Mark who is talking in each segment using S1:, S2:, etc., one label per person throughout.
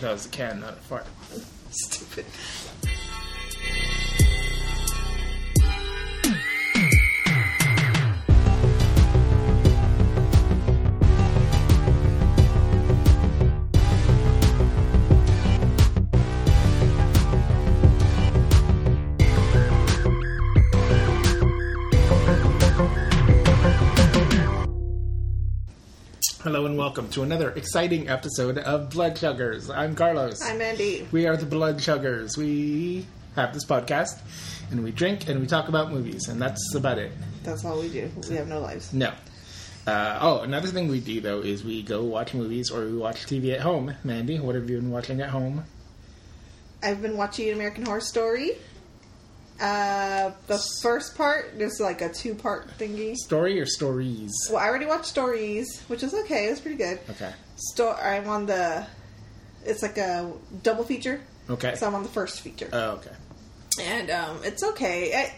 S1: That was a can, not a fart.
S2: Stupid.
S1: Hello and welcome to another exciting episode of Blood Chuggers. I'm Carlos.
S2: I'm Andy.
S1: we are the Blood Chuggers. We have this podcast and we drink and we talk about movies, and that's about it.
S2: That's all we do. We have no lives.
S1: No. Uh, oh, another thing we do though is we go watch movies or we watch TV at home. Mandy, what have you been watching at home?
S2: I've been watching American Horror Story. Uh, the first part, there's like a two part thingy.
S1: Story or stories?
S2: Well, I already watched Stories, which is okay. It was pretty good.
S1: Okay.
S2: Sto- I'm on the. It's like a double feature.
S1: Okay.
S2: So I'm on the first feature.
S1: Oh, okay.
S2: and um, it's okay. I,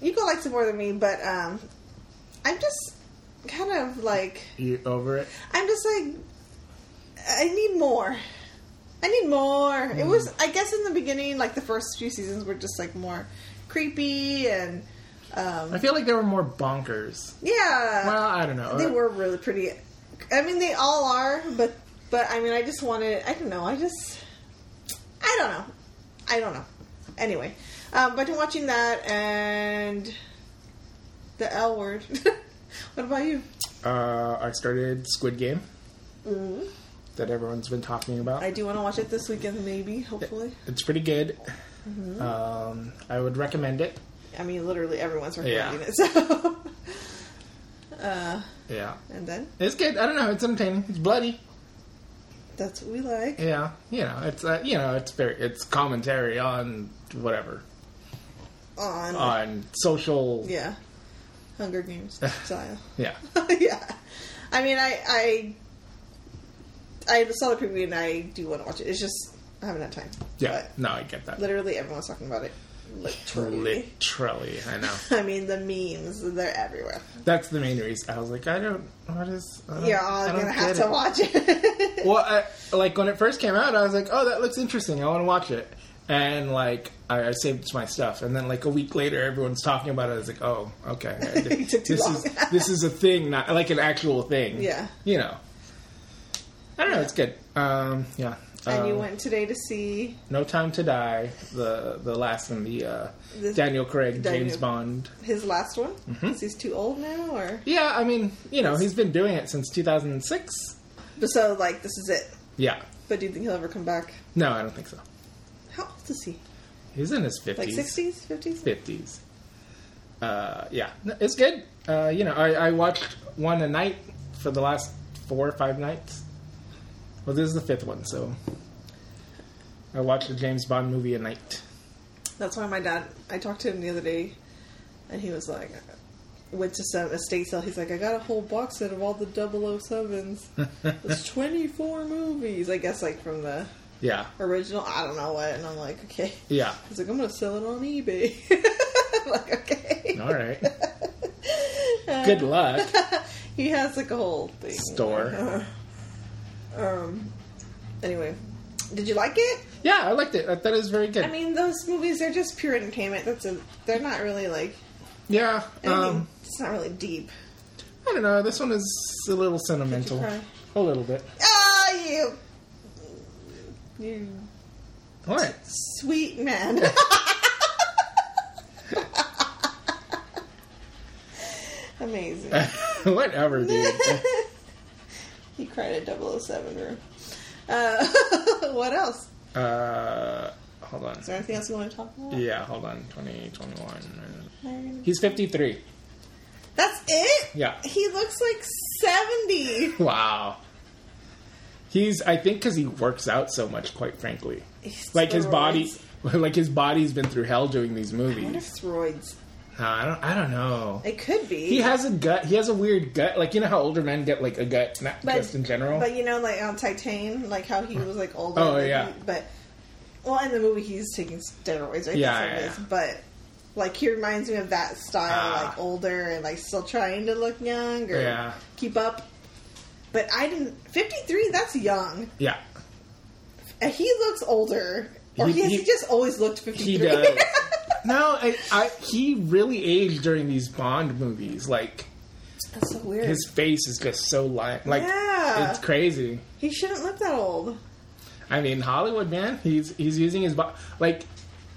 S2: you go like it more than me, but um, I'm just kind of like
S1: You over it?
S2: I'm just like I need more. I need more. It was I guess in the beginning, like the first few seasons were just like more creepy and um,
S1: I feel like there were more bonkers.
S2: yeah.
S1: Well, I don't know.
S2: They were really pretty. I mean, they all are, but but I mean, I just wanted. I don't know. I just. I don't know. I don't know. Anyway, um, but I've been watching that and the L word. what about you?
S1: Uh, I started Squid Game that everyone's been talking about.
S2: Mm-hmm. I do want to watch it this weekend, maybe. Hopefully.
S1: It's pretty good.
S2: Mm-hmm.
S1: Um, I would recommend it.
S2: I mean, literally everyone's
S1: Yeah.
S2: recommending it. So. uh,
S1: Yeah,
S2: and then
S1: it's good. I don't know. It's entertaining. It's bloody.
S2: that's what we like.
S1: Yeah, you know, it's uh, you know, it's very, it's commentary on whatever
S2: On
S1: on social.
S2: yeah, Hunger Games style.
S1: yeah.
S2: yeah. I mean, I, I I saw the preview and I do want to watch it. It's just I haven't had time.
S1: Yeah. No, I get
S2: But
S1: that.
S2: literally everyone's talking about it. Literally.
S1: Literally, I know.
S2: I mean, the memes they're everywhere.
S1: That's the main reason. I was like, I don't. What is? I don't-
S2: You're all
S1: I don't
S2: gonna
S1: get
S2: have to
S1: it.
S2: watch it.
S1: Well, I, like when it first came out, I was like, "Oh, that looks interesting. I want to watch it." And like, I, I saved my stuff, and then like a week later, everyone's talking about it. I was like, "Oh, okay.
S2: It took too
S1: this
S2: long.
S1: is this is a thing, not like an actual thing."
S2: Yeah.
S1: you know. I don't know. It's good. Um, yeah.
S2: and you
S1: Um,
S2: went today to see
S1: No Time to Die, the the last in the uh,
S2: The-
S1: Daniel Craig
S2: Daniel-
S1: James Bond.
S2: his last one.
S1: Mm-hmm.
S2: Is he's too old now, or
S1: Yeah, I mean, you know, he's been doing it since 2006.
S2: but so like this is it.
S1: Yeah.
S2: But do you think he'll ever come back?
S1: No, I don't think so.
S2: How old is he?
S1: He's in his 50s.
S2: Like sixties, fifties?
S1: fifties. Uh, yeah, No, it's good. Uh, you know, I, I watched one a night for the last four or five nights. Well, this is the fifth one, so I watched a James Bond movie a night.
S2: That's why my dad. I talked to him the other day, and he was like, went to some estate sale. He's like, I got a whole box set of all the 007s. It's 24 movies, I guess, like from the
S1: Yeah,
S2: original. I don't know what. And I'm like, okay.
S1: yeah.
S2: He's like, I'm gonna sell it on eBay. I'm like, okay.
S1: All right. Good luck,
S2: He has like a whole thing.
S1: store.
S2: Um. Anyway, did you like it?
S1: Yeah, I liked it. I thought it was very good.
S2: I mean, those movies are just pure entertainment. That's a. They're not really like.
S1: yeah.
S2: anything-
S1: Um,
S2: it's not really deep.
S1: I don't know. This one is a little sentimental.
S2: cry?
S1: A little bit.
S2: Ah, you, you
S1: What?
S2: sweet man. Amazing.
S1: Whatever, dude.
S2: he cried at 007 room. Uh, what else?
S1: Uh, hold on.
S2: Is there anything else you want to talk about?
S1: Yeah, hold on. 2021.
S2: Larry?
S1: He's 53.
S2: That's it?
S1: Yeah.
S2: He looks like 70.
S1: Wow. He's, I think, because he works out so much, quite frankly.
S2: He's
S1: Like his body,
S2: steroids.
S1: like his body's been through hell doing these
S2: I wonder
S1: movies.
S2: if it's roids.
S1: No, I don't, I don't know.
S2: It could be.
S1: He has a gut. He has a weird gut. Like you know how older men get like a gut, not
S2: But-
S1: just in general.
S2: But you know, like on Titan, like how he was like older.
S1: Oh,
S2: like,
S1: yeah.
S2: But well, in the movie, he's taking steroids, right?
S1: Yeah,
S2: That's what it
S1: yeah,
S2: is.
S1: yeah.
S2: But like he reminds me of that style,
S1: Ah.
S2: like older and like still trying to look young or
S1: Yeah.
S2: keep up. But I didn't. 53, that's young.
S1: Yeah,
S2: And he looks older. Or
S1: He-
S2: he, has
S1: he-
S2: he just always looked 53.
S1: he does. no, I, I, he really aged during these Bond movies. Like
S2: that's so weird.
S1: his face is just so light. Like
S2: Yeah.
S1: it's crazy.
S2: he shouldn't look that old.
S1: I mean, Hollywood man, he's he's using his bo- like.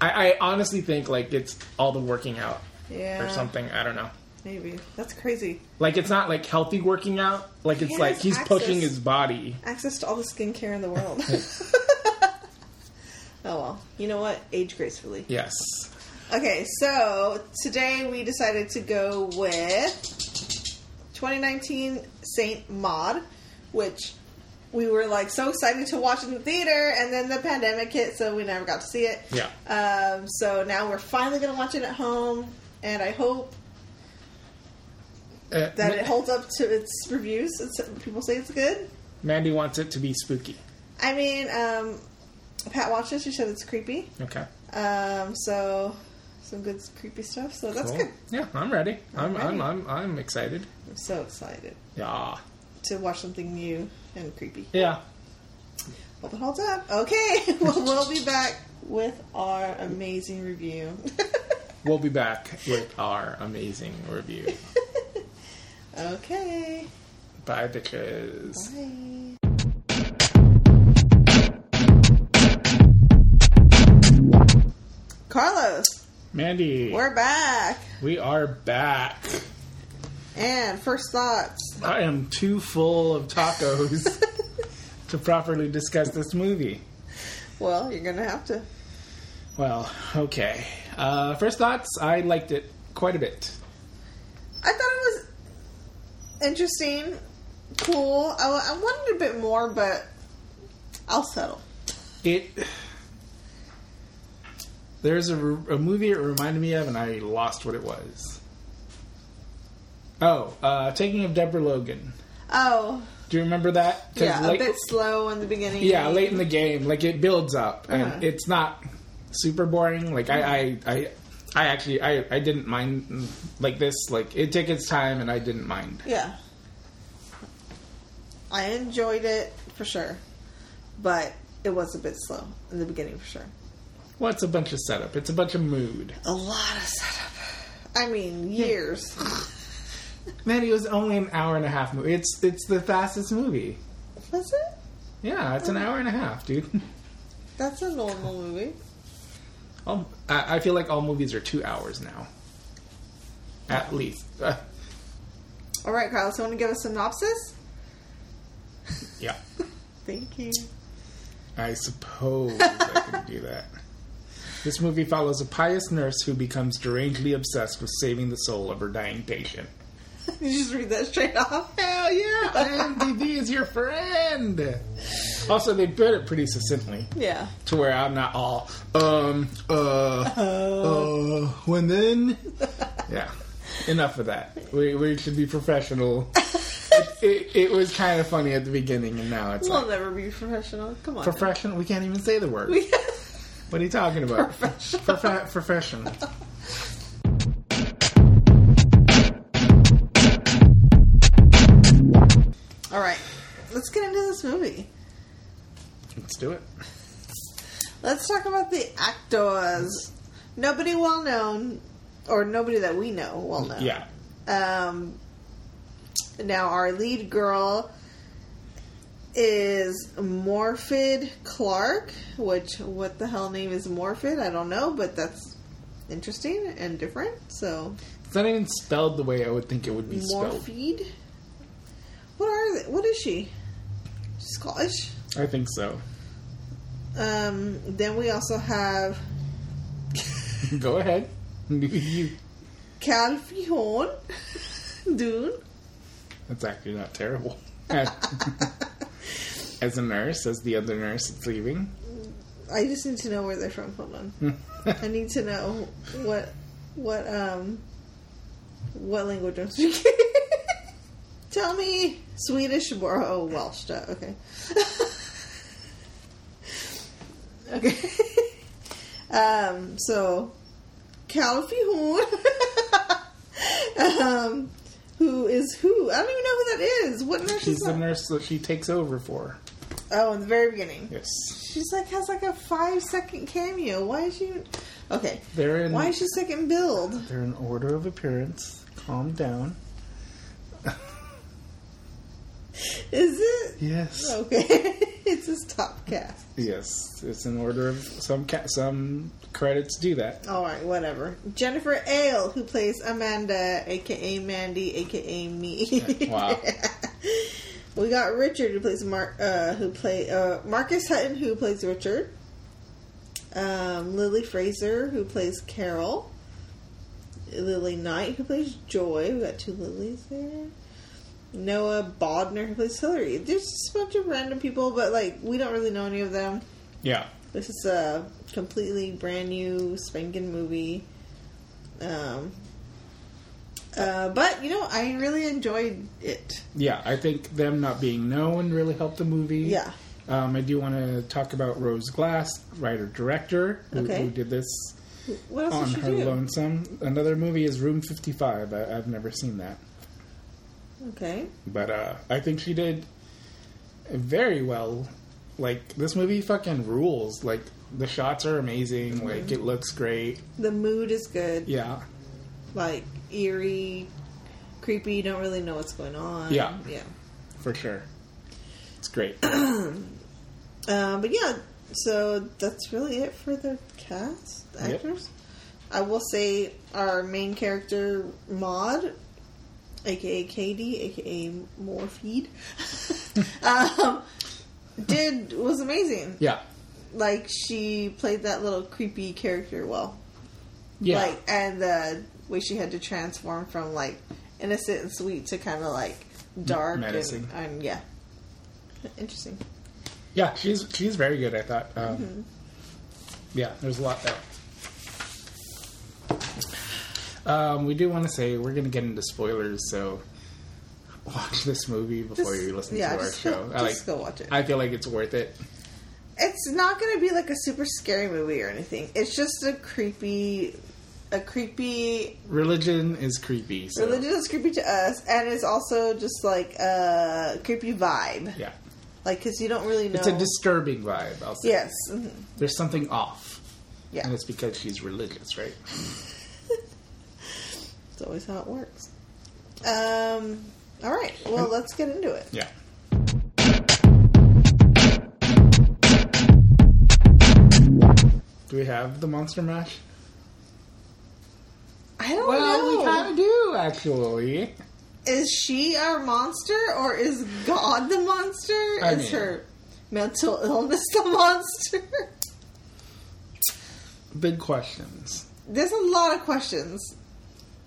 S1: I, I honestly think like it's all the working out
S2: Yeah.
S1: or something. I don't know.
S2: Maybe. That's crazy.
S1: Like it's not like healthy working out. Like it's
S2: He
S1: like
S2: has
S1: he's
S2: access.
S1: pushing his body.
S2: Access to all the skincare in the world. oh well. You know what? Age gracefully.
S1: Yes.
S2: Okay, so today we decided to go with 2019 Saint Maud, which we were like so excited to watch in the theater, and then the pandemic hit, so we never got to see it.
S1: Yeah.
S2: Um, so now we're finally gonna watch it at home, and I hope
S1: Uh,
S2: that it
S1: Ma-
S2: holds up to its reviews. And so people say it's good.
S1: Mandy wants it to be spooky.
S2: I mean, um, Pat watched it. She said it's creepy.
S1: Okay.
S2: Um, so some good creepy stuff. So that's
S1: Cool.
S2: good.
S1: Yeah, I'm ready. I'm,
S2: ready.
S1: I'm I'm I'm excited.
S2: I'm so excited.
S1: Yeah.
S2: to watch something new and creepy.
S1: Yeah.
S2: Hope it holds up. Okay, well, we'll be back with our amazing review.
S1: We'll be back with our amazing review.
S2: okay,
S1: Bye, bitches.
S2: bye. Carlos,
S1: Mandy,
S2: we're back.
S1: we are back.
S2: And first thoughts.
S1: I am too full of tacos to properly discuss this movie.
S2: Well, you're gonna have to.
S1: Well, okay. Uh, first thoughts, I liked it quite a bit.
S2: I thought it was interesting, cool. I, I wanted a bit more, but I'll settle.
S1: It. There's a, re- a movie it reminded me of, and I lost what it was. Oh, uh, Taking of Deborah Logan.
S2: Oh,
S1: Do you remember that? 'Cause
S2: Yeah,
S1: late-
S2: a bit slow in the beginning.
S1: yeah, late in the game, like it builds up, and
S2: Uh-huh.
S1: it's not super boring. Like I, I, I, I actually, I, I didn't mind mm, like this. Like it took its time, and I didn't mind.
S2: Yeah. I enjoyed it for sure, but it was a bit slow in the beginning for sure.
S1: Well, it's a bunch of setup. It's a bunch of mood.
S2: A lot of setup. I
S1: Hmm.
S2: mean, years.
S1: Man, it was only an hour and a half movie. It's it's the fastest movie.
S2: was it?
S1: Yeah, it's an hour and a half, dude.
S2: That's a normal movie.
S1: All, I, I feel like all movies are two hours now, at least. Uh,
S2: All right, Kyle. So, want to give a synopsis?
S1: yeah,
S2: Thank you.
S1: I suppose I could do that. This movie follows a pious nurse who becomes derangedly obsessed with saving the soul of her dying patient.
S2: you just read that straight off.
S1: Hell yeah! IMDb is your friend. Also, they put it pretty succinctly.
S2: Yeah.
S1: to where I'm not all um uh uh when then yeah enough of that we we should be professional it, it, it was kind of funny at the beginning and now it's
S2: We'll
S1: like
S2: never be professional. Come on.
S1: professional we can't even say the word what are you talking about
S2: Professional.
S1: Profe- professional
S2: All right. Let's get into this movie.
S1: let's do it
S2: Let's talk about the actors. Nobody well known, or nobody that we know well known.
S1: yeah
S2: Um, now our lead girl is Morphid Clark, which what the hell name is Morphid? I don't know, but that's interesting and different. So
S1: it's not even spelled the way I would think it would be spelled
S2: Morphid. What are they? What is she? Scottish.
S1: I think so
S2: Um, then we also have
S1: go ahead you
S2: Cal Fijon Dune.
S1: that's actually not terrible as a nurse as the other nurse that's leaving
S2: I just need to know where they're from. Hold on. I need to know what what um what language I'm speaking. Tell me Swedish or oh Welsh. duh, Okay. okay. um. So, Calfihun. um. who is who. I don't even know who that is. What nurse
S1: She's
S2: is that?
S1: the nurse that she takes over for.
S2: Oh, in the very beginning.
S1: Yes.
S2: She's like has like a five second cameo. Why is she? Okay.
S1: They're in
S2: Why is she second build?
S1: they're in order of appearance. Calm down.
S2: Is it?
S1: Yes.
S2: Okay. it's his top cast.
S1: Yes. It's in order of some ca- some credits do that.
S2: All right, whatever. Jennifer Ale, who plays Amanda, aka Mandy, aka me.
S1: Wow.
S2: we got Richard, who plays Mark, uh, who play uh, Marcus Hutton, who plays Richard. Um, Lily Fraser, who plays Carol. Lily Knight, who plays Joy. We got two Lilies there. Noah Bodner, who plays Hillary. There's just a bunch of random people, but like we don't really know any of them.
S1: Yeah.
S2: This is a completely brand new spanking movie. Um, uh, but you know, I really enjoyed it.
S1: Yeah. I think them not being known really helped the movie.
S2: Yeah.
S1: Um, I do want to talk about Rose Glass, writer director, who,
S2: Okay.
S1: who did this
S2: What else
S1: on
S2: did
S1: her
S2: you do?
S1: lonesome. Another movie is Room 55. I, I've never seen that.
S2: Okay.
S1: But uh, I think she did very well. Like this movie fucking rules. Like the shots are amazing.
S2: Mm-hmm.
S1: Like it looks great.
S2: The mood is good.
S1: Yeah,
S2: Like eerie, creepy. You don't really know what's going on.
S1: Yeah.
S2: Yeah.
S1: for sure. It's great.
S2: Um, but yeah, so that's really it for the cast
S1: Yep.
S2: actors. I will say our main character Maud, aka Katie, aka Morpheed, um, did was amazing.
S1: yeah,
S2: Like she played that little creepy character well.
S1: yeah,
S2: Like and the way she had to transform from like innocent and sweet to kind of like dark
S1: menacing.
S2: and, and yeah, interesting.
S1: yeah. She's she's very good. I thought. Um,
S2: Mm-hmm.
S1: Yeah, there's a lot there. Um, we do want to say we're going to get into spoilers, so watch this movie before
S2: Just-
S1: you listen
S2: yeah,
S1: to our
S2: just
S1: show.
S2: go-
S1: I
S2: just go watch it.
S1: I feel like it's worth it.
S2: it's not going to be like a super scary movie or anything. It's just a creepy, a creepy
S1: Religion is creepy. So,
S2: religion is creepy to us, and it's also just like a creepy vibe.
S1: Yeah.
S2: Like, because you don't really know.
S1: It's a disturbing vibe. I'll say.
S2: yes, mhm,
S1: There's something off,
S2: yeah.
S1: and it's because she's religious, right?
S2: It's always how it works. Um. All right. Well, let's get into it.
S1: Yeah. Do we have the monster mash?
S2: I don't
S1: Well,
S2: know.
S1: we kind of do actually.
S2: is she our monster or is God the monster?
S1: I
S2: is
S1: mean-
S2: her mental illness the monster?
S1: Big questions.
S2: there's a lot of questions.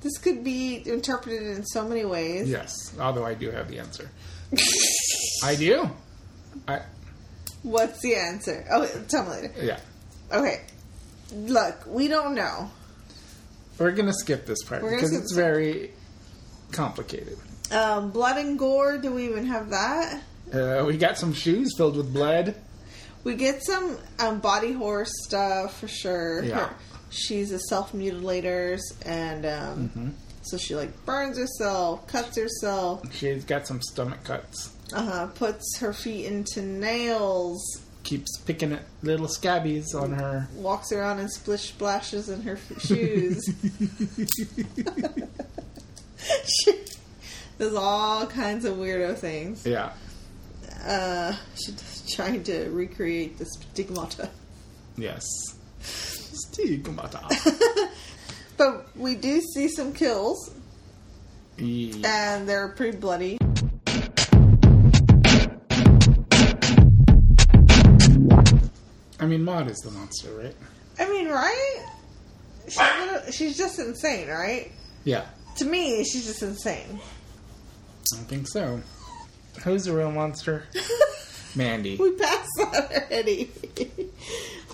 S2: This could be interpreted in so many ways.
S1: Yes, although I do have the answer. I do. I
S2: What's the answer? Oh, tell me later.
S1: yeah.
S2: Okay. Look, we don't know.
S1: We're gonna skip this part
S2: We're gonna
S1: because
S2: skip
S1: it's
S2: this
S1: very complicated.
S2: Um, blood and gore, do we even have that?
S1: Uh, we got some shoes filled with blood.
S2: We get some um, body horror stuff for sure.
S1: Yeah.
S2: she's a self mutilator, and um, so she like burns herself, cuts herself,
S1: She's got some stomach cuts.
S2: uh, puts her feet into nails,
S1: Keeps picking at little scabbies on her.
S2: walks around and splish splashes in her f- shoes. she does all kinds of weirdo things.
S1: Yeah.
S2: Uh, she's trying to recreate the stigmata.
S1: Yes. Stigmata.
S2: But we do see some kills,
S1: Yeah.
S2: and they're pretty bloody.
S1: I mean, Maud is the monster, right?
S2: I mean, right? She's, little, she's just insane, right?
S1: Yeah.
S2: To me, she's just insane.
S1: I think so. Who's the real monster? Mandy.
S2: We passed that already.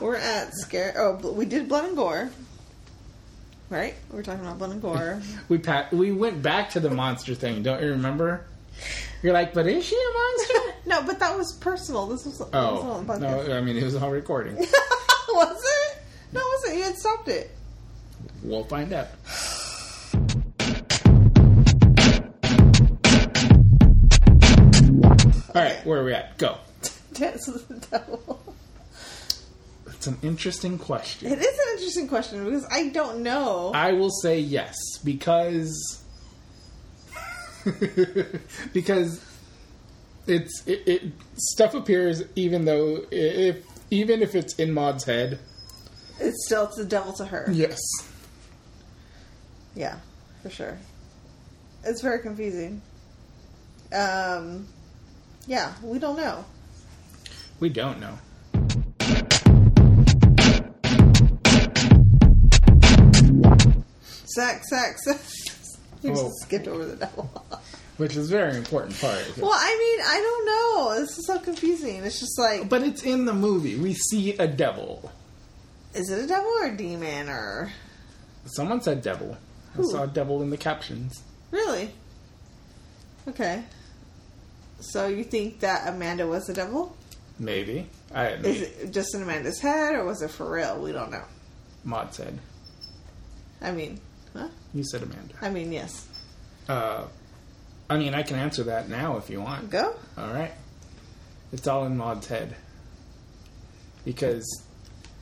S2: We're at scare. Oh, but we did blood and gore, right? We were talking about blood and gore.
S1: We pat. We went back to the monster thing. Don't you remember? You're like, but is she a monster?
S2: no, but that was personal. This was this
S1: Oh
S2: was on the podcast.
S1: no! I mean, it was all recording.
S2: was it? No, it wasn't. You had stopped it.
S1: We'll find out. All right, where are we at? Go.
S2: Dance with the devil.
S1: It's an interesting question.
S2: It is an interesting question because I don't know.
S1: I will say yes because because it's it, it stuff appears even though i- if even if it's in Mod's head.
S2: it's still it's the devil to her.
S1: Yes.
S2: Yeah, for sure. It's very confusing. Um, yeah, we don't know.
S1: We don't know.
S2: Sex, sex, sex. You
S1: Oh.
S2: just skipped over the devil.
S1: Which is a very important part.
S2: well, I mean, I don't know. This is so confusing. It's just like,
S1: But it's in the movie. We see a devil.
S2: is it a devil or a demon or
S1: Someone said devil.
S2: Who?
S1: I saw devil in the captions.
S2: really? Okay. So you think that Amanda was the devil?
S1: Maybe. I
S2: Is it just in Amanda's head or was it for real? We don't know.
S1: Mod said.
S2: I mean, huh?
S1: You said Amanda.
S2: I mean, yes.
S1: Uh, I mean, I can answer that now if you want.
S2: Go.
S1: All right. It's all in Maud's head. Because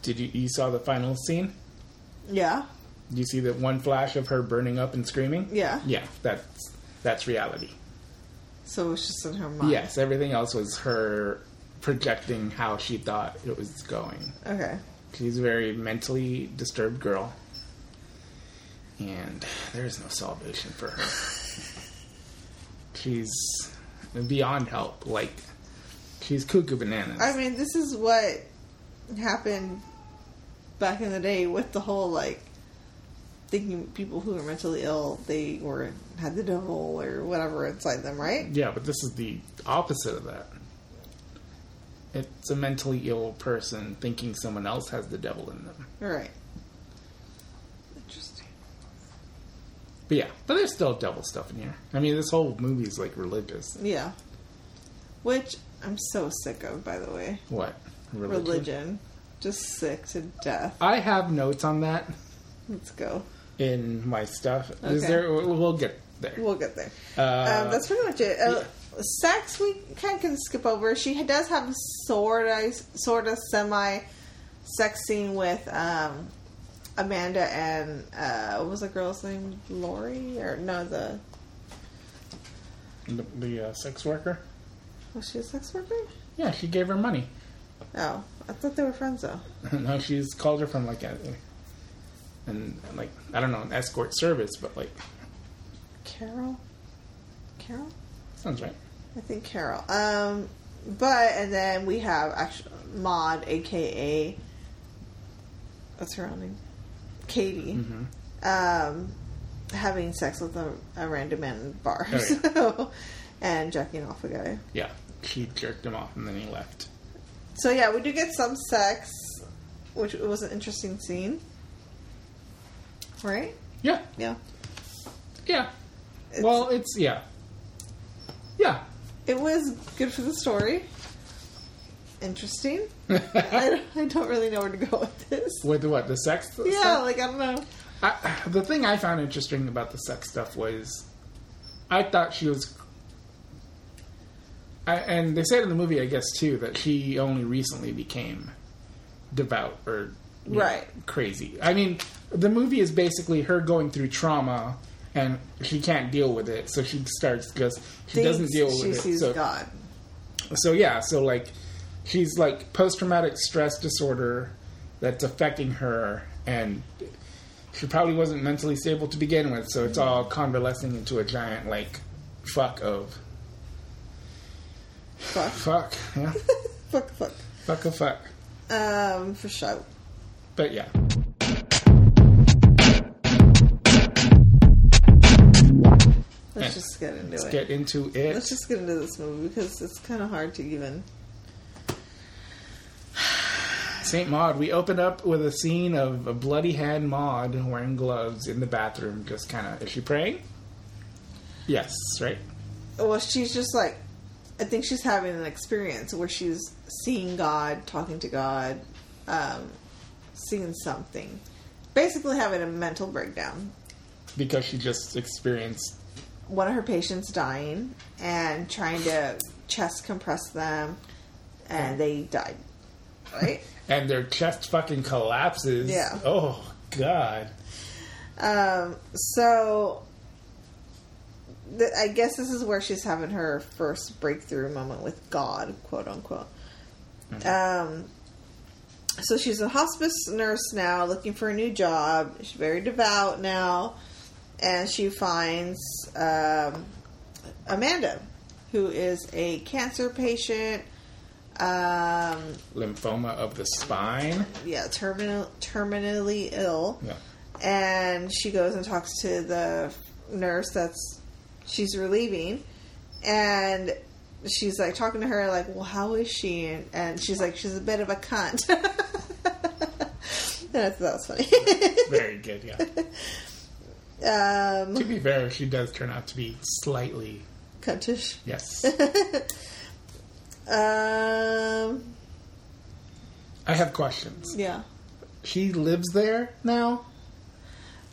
S1: did you you saw the final scene?
S2: Yeah.
S1: Did you see that one flash of her burning up and screaming?
S2: Yeah.
S1: Yeah, that's that's reality.
S2: So it's just in her mind.
S1: Yes, everything else was her projecting how she thought it was going.
S2: Okay.
S1: She's a very mentally disturbed girl. And there is no salvation for her. she's beyond help. Like, she's cuckoo bananas.
S2: I mean, this is what happened back in the day with the whole like thinking people who were mentally ill they were had the devil or whatever inside them, right?
S1: yeah, but this is the opposite of that. It's a mentally ill person thinking someone else has the devil in them.
S2: All right. Interesting.
S1: But yeah, but there's still devil stuff in here. I mean, this whole movie is like religious.
S2: Yeah. Which I'm so sick of, by the way.
S1: What?
S2: Religion. Just sick to death.
S1: I have notes on that
S2: Let's go.
S1: in my stuff. Is
S2: Okay.
S1: there? We'll we'll get there.
S2: We'll get there.
S1: Uh,
S2: um, that's pretty much it. Uh, Sex we kind of can skip over. She does have sort of sort of semi sex scene with um, Amanda and uh, what was the girl's name? Lori or no the
S1: The, the uh, sex worker?
S2: was she a sex worker?
S1: Yeah, she gave her money.
S2: Oh, I thought they were friends though.
S1: no, she's called her from like a, and like I don't know an escort service, but like
S2: Carol, Carol,
S1: sounds right.
S2: I think Carol. Um, but and then we have actually Maud, aka what's her own name? Katie.
S1: hmm
S2: um, having sex with a, a random man in a bar.
S1: Oh, yeah.
S2: So, and jacking off a guy.
S1: Yeah, she jerked him off and then he left.
S2: So, yeah, we do get some sex, which was an interesting scene. Right?
S1: Yeah,
S2: Yeah.
S1: yeah.
S2: It's-
S1: well, it's yeah, yeah.
S2: It was good for the story. Interesting. I, don't- I don't really know where to go with this.
S1: With what the sex?
S2: Yeah,
S1: stuff?
S2: like, I don't know.
S1: I, the thing I found interesting about the sex stuff was, I thought she was. I, and they said in the movie, I guess too, that she only recently became devout or you know,
S2: Right.
S1: crazy. I mean, the movie is basically her going through trauma, and she can't deal with it, so she starts because she doesn't
S2: Thinks
S1: deal with
S2: she
S1: it.
S2: sees
S1: so
S2: God.
S1: so yeah, so like she's like post traumatic stress disorder that's affecting her and she probably wasn't mentally stable to begin with, so it's all convalescing into a giant like fuck of
S2: Fuck.
S1: fuck, yeah.
S2: Fuck, fuck.
S1: fuck of fuck.
S2: Um, for sure.
S1: But yeah.
S2: Let's
S1: Yeah.
S2: just get into it.
S1: Get into it.
S2: Let's just get into this movie because it's kind of hard to even.
S1: Saint Maud. We open up with a scene of a bloody hand Maud wearing gloves in the bathroom, just kinda is she praying? Yes, right?
S2: Well, she's just like, I think she's having an experience where she's seeing God, talking to God, um, seeing something, basically having a mental breakdown.
S1: Because she just experienced
S2: one of her patients dying and trying to chest compress them, and they died. Right?
S1: and their chest fucking collapses.
S2: Yeah.
S1: Oh god.
S2: Um, so th- I guess this is where she's having her first breakthrough moment with God, quote unquote. Um, so she's a hospice nurse now, looking for a new job. She's very devout now, and she finds um, Amanda, who is a cancer patient. Um,
S1: Lymphoma of the spine.
S2: yeah, terminal, terminally ill
S1: Yeah.
S2: and she goes and talks to the nurse that's she's relieving and she's like talking to her like well how is she and, and she's like she's a bit of a cunt and I thought that was funny
S1: Very good, yeah.
S2: um
S1: to be fair, she does turn out to be slightly
S2: cuntish
S1: yes.
S2: um
S1: I have questions.
S2: yeah
S1: She lives there now?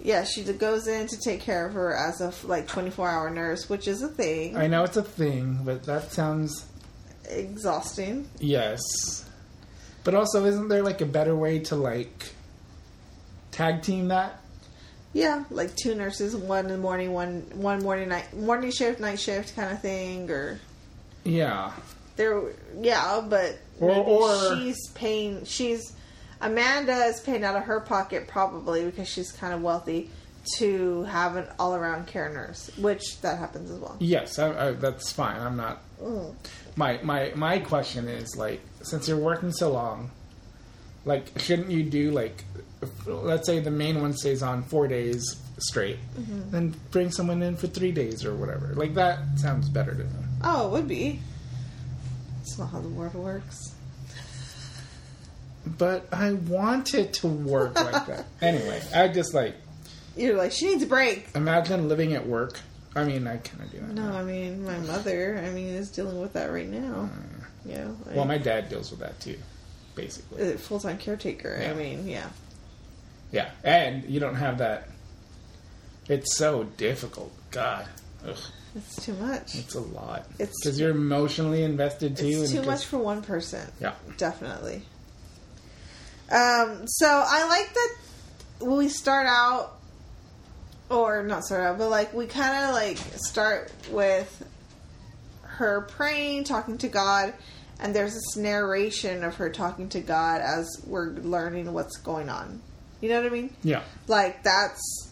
S2: yeah she goes in to take care of her as a like 24 hour nurse which is a thing
S1: I know it's a thing, but that sounds
S2: exhausting
S1: yes. But also isn't there like a better way to like tag team that?
S2: Yeah, like two nurses, one in the morning, one one morning night morning shift, night shift kind of thing, or
S1: Yeah.
S2: there. Yeah, but
S1: Or- or-
S2: she's paying. She's Amanda is paying out of her pocket probably because she's kind of wealthy to have an all around care nurse, which that happens as well.
S1: Yes, I, I, that's fine. I'm not. My my my question is like, since you're working so long, like, shouldn't you do like, if- let's say the main one stays on four days straight, then bring someone in for three days or whatever. Like that sounds better to me.
S2: Oh, it would be. That's not how the world works.
S1: But I want it to work like that. Anyway, I just like
S2: You're like she needs a break.
S1: imagine living at work. I mean, I kind of do that.
S2: No, I mean my mother. I mean is dealing with that right now. Yeah. I-
S1: Mm. Well, my dad deals with that too, basically.
S2: full time uh, caretaker.
S1: Yeah.
S2: I mean, yeah.
S1: Yeah, and you don't have that. It's so difficult. God, Ugh,
S2: It's too much.
S1: it's a lot.
S2: It's-
S1: because you're emotionally invested too. and
S2: It's too
S1: it
S2: much
S1: just-
S2: for one person.
S1: Yeah.
S2: Definitely. Um, so I like that when we start out or not start out, but like we kinda like start with her praying, talking to God, and there's this narration of her talking to God as we're learning what's going on. You know what I mean?
S1: Yeah,
S2: like that's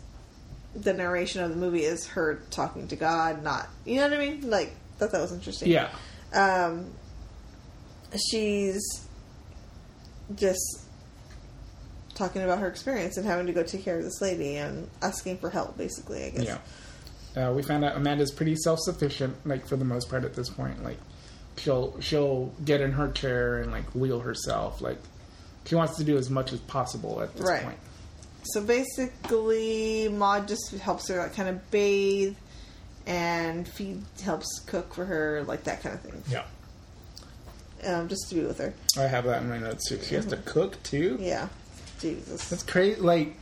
S2: the narration of the movie is her talking to God, not you know what I mean. Like thought that was interesting.
S1: yeah,
S2: Um, she's just talking about her experience and having to go take care of this lady and asking for help, basically. I guess.
S1: yeah. Uh, we found out Amanda's pretty self-sufficient, like for the most part at this point. Like, she'll she'll get in her chair and like wheel herself. Like, she wants to do as much as possible at this
S2: Right.
S1: point.
S2: So basically, Maud just helps her like, kind of bathe and feed, helps cook for her, like that kind of thing,
S1: Yeah,
S2: um, just to be with her.
S1: I have that in my notes too. She has to cook too.
S2: Yeah, Jesus,
S1: That's crazy. Like,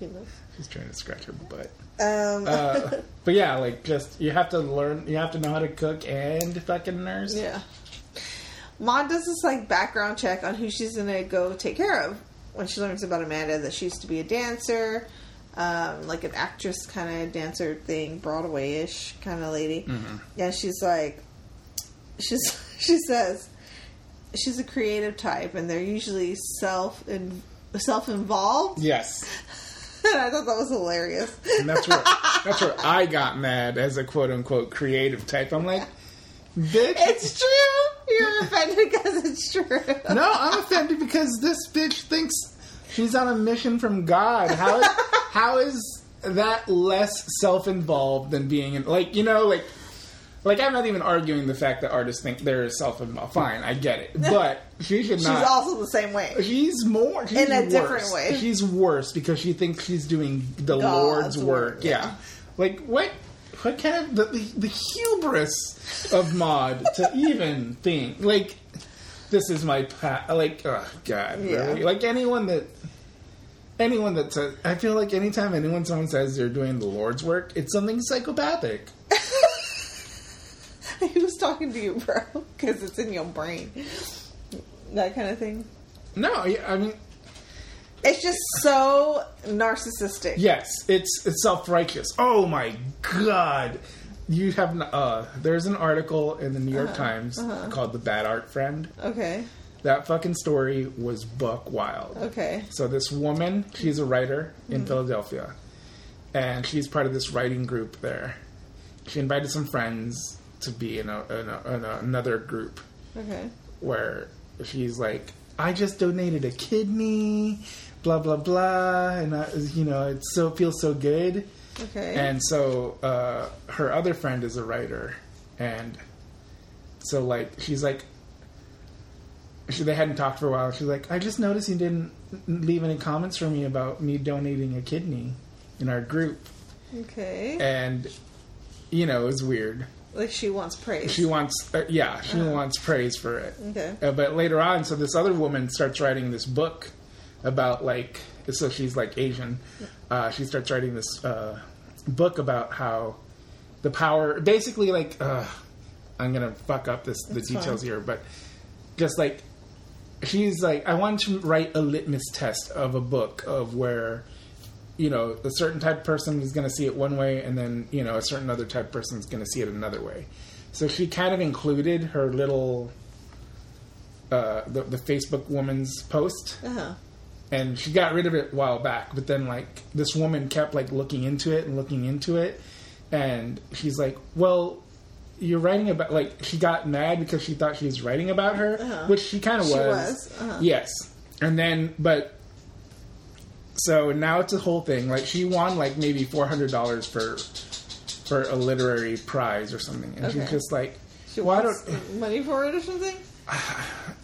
S2: you know.
S1: she's trying to scratch her butt.
S2: Um,
S1: Uh, but yeah, like just you have to learn, you have to know how to cook and fucking nurse.
S2: yeah. Maud does this like background check on who she's gonna go take care of when she learns about Amanda that she used to be a dancer, um, like an actress kind of dancer thing, Broadway ish kind of lady.
S1: Mm-hmm.
S2: Yeah, she's like, she's she says she's a creative type, and they're usually self and self involved.
S1: Yes,
S2: and I thought that was hilarious.
S1: and that's where that's where I got mad as a quote unquote creative type. I'm like, bitch.
S2: It's true. You're offended because it's true.
S1: no, I'm offended because this bitch thinks she's on a mission from God. How is, how is that less self-involved than being in, like you know like like I'm not even arguing the fact that artists think they're self-involved. Fine, I get it, but she should not.
S2: She's also the same way.
S1: She's more she's
S2: a
S1: worse.
S2: different way.
S1: She's worse because she thinks she's doing the
S2: God's
S1: Lord's work.
S2: work,
S1: Yeah.
S2: yeah.
S1: like what? What kind of the, the, the hubris of Maud to even think like this is my path? Like, oh god,
S2: Yeah.
S1: really? Like anyone that anyone that says, I feel like anytime anyone someone says they're doing the Lord's work, it's something psychopathic.
S2: I was talking to you, bro, because it's in your brain. That kind of thing.
S1: No, I- I mean,
S2: It's just so narcissistic.
S1: yes, it's it's self righteous. Oh my god, you have n- uh, there's an article in the New York Times called "The Bad Art Friend."
S2: Okay.
S1: That fucking story was buck wild.
S2: Okay.
S1: So this woman, she's a writer in Philadelphia, and she's part of this writing group there. She invited some friends to be in, a, in, a, in a, another group
S2: Okay.
S1: where she's like, "I just donated a kidney, blah blah blah," and I, you know, it so feels so good.
S2: Okay.
S1: And so uh, her other friend is a writer, and so like she's like, she, they hadn't talked for a while. She's like, I just noticed you didn't leave any comments for me about me donating a kidney in our group,
S2: okay.
S1: and you know it was weird.
S2: like she wants praise.
S1: She wants, uh, yeah, she wants praise for it.
S2: Uh-huh. okay.
S1: Uh, but later on, so this other woman starts writing this book about like, so she's like Asian. Uh, she starts writing this uh, book about how the power, basically like, uh, I'm gonna fuck up this the details
S2: fine.
S1: here, but just like she's like, I want to write a litmus test of a book of where. You know, a certain type of person is going to see it one way, and then you know, a certain other type of person is going to see it another way. So she kind of included her little uh, the, the Facebook woman's post,
S2: Uh huh.
S1: and she got rid of it a while back. But then, like, this woman kept like looking into it and looking into it, and she's like, "Well, you're writing about like." She got mad because she thought she was writing about her,
S2: Uh-huh.
S1: which she kind of
S2: She
S1: was.
S2: was, uh-huh.
S1: Yes, and then but. So now it's a whole thing. Like she won like maybe four hundred dollars for for a literary prize or something, and she's
S2: Okay.
S1: just like,
S2: She
S1: "Why
S2: wants
S1: don't
S2: money for it or something.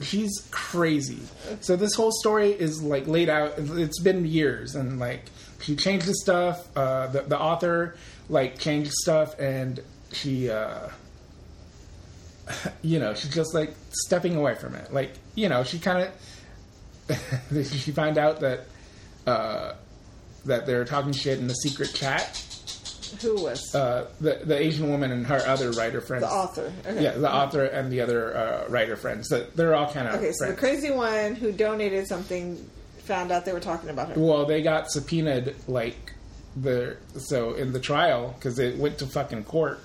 S1: she's crazy. So this whole story is like laid out. It's been years, and like she changed the stuff. Uh, the the author like changed stuff, and she, uh, you know, she's just like stepping away from it. Like you know, she kind of she found out that uh, that they're talking shit in the secret chat.
S2: Who was
S1: Uh, the the Asian woman and her other writer friends.
S2: the author? Okay.
S1: Yeah, the author and the other uh, writer friends. That they're all kind of
S2: Okay. So the crazy one who donated something found out they were talking about her.
S1: Well, they got subpoenaed, like the so in the trial because it went to fucking court.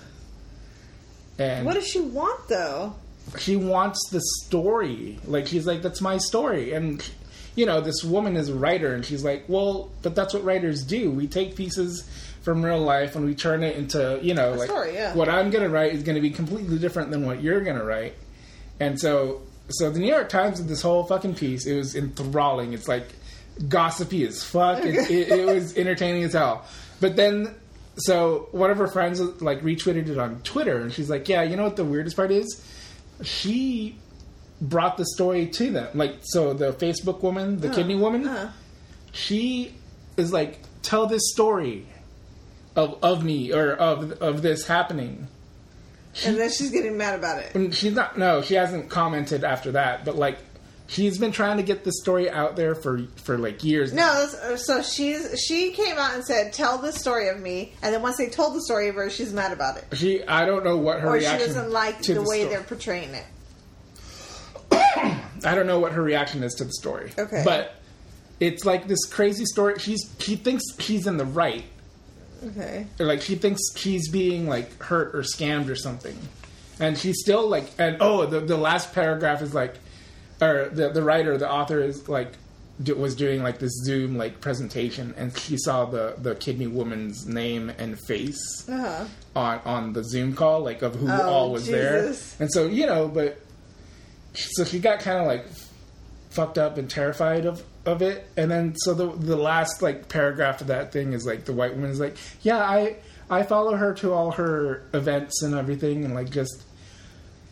S1: And
S2: What does she want though?
S1: she wants the story. Like she's like, "That's my story," and you know, this woman is a writer, and she's like, "Well, but that's what writers do. We take pieces." From real life, and we turn it into, you know, like
S2: story, yeah.
S1: what I'm gonna write is gonna be completely different than what you're gonna write, and so, so the New York Times did this whole fucking piece. It was enthralling. It's like gossipy as fuck. It, it, it was entertaining as hell. But then, so one of her friends like retweeted it on Twitter, and she's like, "Yeah, you know what the weirdest part is? She brought the story to them. Like, so the Facebook woman, the kidney woman,
S2: Uh,
S1: she is like, tell this story of of me or of of this happening."
S2: and then she's getting mad about it.
S1: And she's not. No, she hasn't commented after that. But like, she's been trying to get the story out there for for like years.
S2: No, that's- uh, so she's she came out and said, "Tell the story of me," and then once they told the story of her, she's mad about it,
S1: She. I don't know what her
S2: or she
S1: reaction.
S2: doesn't like
S1: to
S2: the, way
S1: story-
S2: they're portraying it.
S1: I don't know what her reaction is to the story.
S2: Okay.
S1: But it's like this crazy story. She's. She thinks she's in the right.
S2: Okay,
S1: Or, like she thinks she's being like hurt or scammed or something and she's still like and oh the, the last paragraph is like or the, the writer the author is like do, was doing like this zoom like presentation and she saw the the kidney woman's name and face
S2: uh-huh.
S1: on on the zoom call like of who
S2: Oh,
S1: all was
S2: Jesus.
S1: there and so you know but so she got kind of like fucked up and terrified of of it and then so the the last like paragraph of that thing is like the white woman is like yeah i i follow her to all her events and everything and like just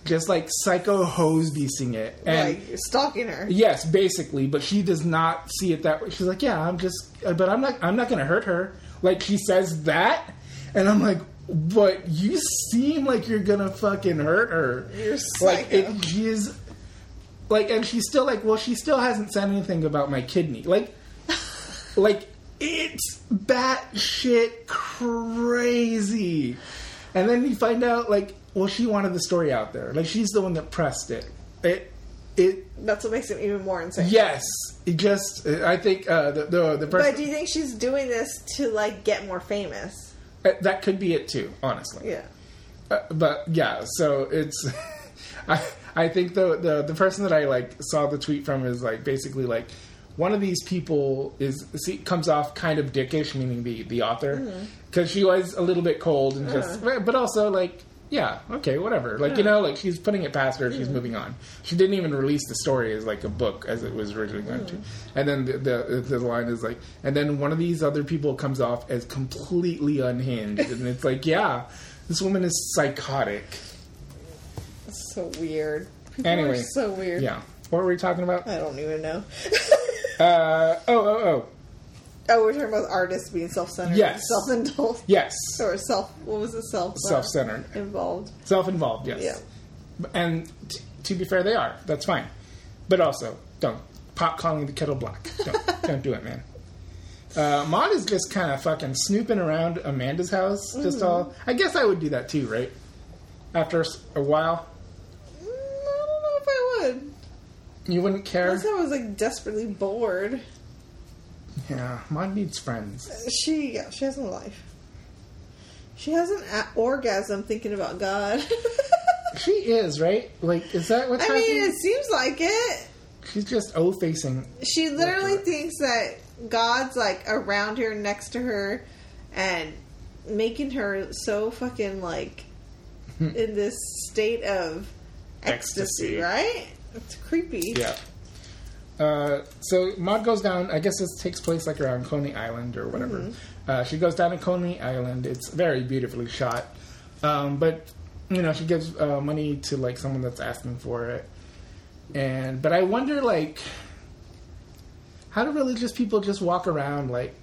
S1: just like psycho hose beasting it and
S2: like stalking her.
S1: yes basically but she does not see it that way she's like yeah i'm just but i'm not i'm not gonna hurt her like she says that and i'm like but you seem like you're gonna fucking hurt her
S2: You're
S1: like
S2: psycho.
S1: it, she is like and she's still like well she still hasn't said anything about my kidney like Like it's batshit crazy. And then you find out like, well, she wanted the story out there. Like she's the one that pressed it. It it
S2: That's what makes him even more insane.
S1: yes. It just I think uh, the the the
S2: But
S1: person
S2: do you think she's doing this to like get more famous?
S1: that could be it too. Honestly.
S2: Yeah.
S1: Uh, but yeah, so it's. I I think the, the the person that I like saw the tweet from is like basically like one of these people is see, comes off kind of dickish, meaning the the author, because she was a little bit cold and just, but also like. Yeah. Okay. Whatever. Like you know, like she's putting it past her. She's moving on. She didn't even release the story as like a book as it was originally going to. And then the, the the line is like, and then one of these other people comes off as completely unhinged, and it's like, yeah, this woman is psychotic.
S2: That's so weird. People
S1: Anyway.
S2: are so weird.
S1: Yeah. What were we talking about?
S2: I don't even know.
S1: Uh, oh, oh, oh.
S2: oh, we're talking about artists being self-centered,
S1: Yes.
S2: self-indulged,
S1: Yes.
S2: or self. What was it? Self uh,
S1: Self-centered.
S2: involved.
S1: Self-involved, yes. And t- to be fair, they are. That's fine. But also, don't. Pop calling the kettle black. Don't, don't do it, man. Uh, Maud is just kind of fucking snooping around Amanda's house.
S2: Mm-hmm.
S1: Just all. I guess I would do that too, right? After s- a while,
S2: Mm, I don't know if I would.
S1: you wouldn't care.
S2: Unless I was like desperately bored.
S1: Yeah, Maud needs friends.
S2: She yeah, she has no life. She has an a- orgasm thinking about God.
S1: She is right. Like, is that what's
S2: I
S1: happening?
S2: mean, it seems like it.
S1: She's just o facing.
S2: She literally
S1: Right.
S2: thinks that God's like around her, next to her, and making her so fucking like in this state of
S1: Ecstasy.
S2: ecstasy, right? It's creepy.
S1: Yeah. Uh, so Maud goes down. I guess this takes place like around Coney Island or whatever. Uh, she goes down to Coney Island. It's very beautifully shot, um, but you know she gives uh, money to like someone that's asking for it. And but I wonder like, how do religious people just walk around like,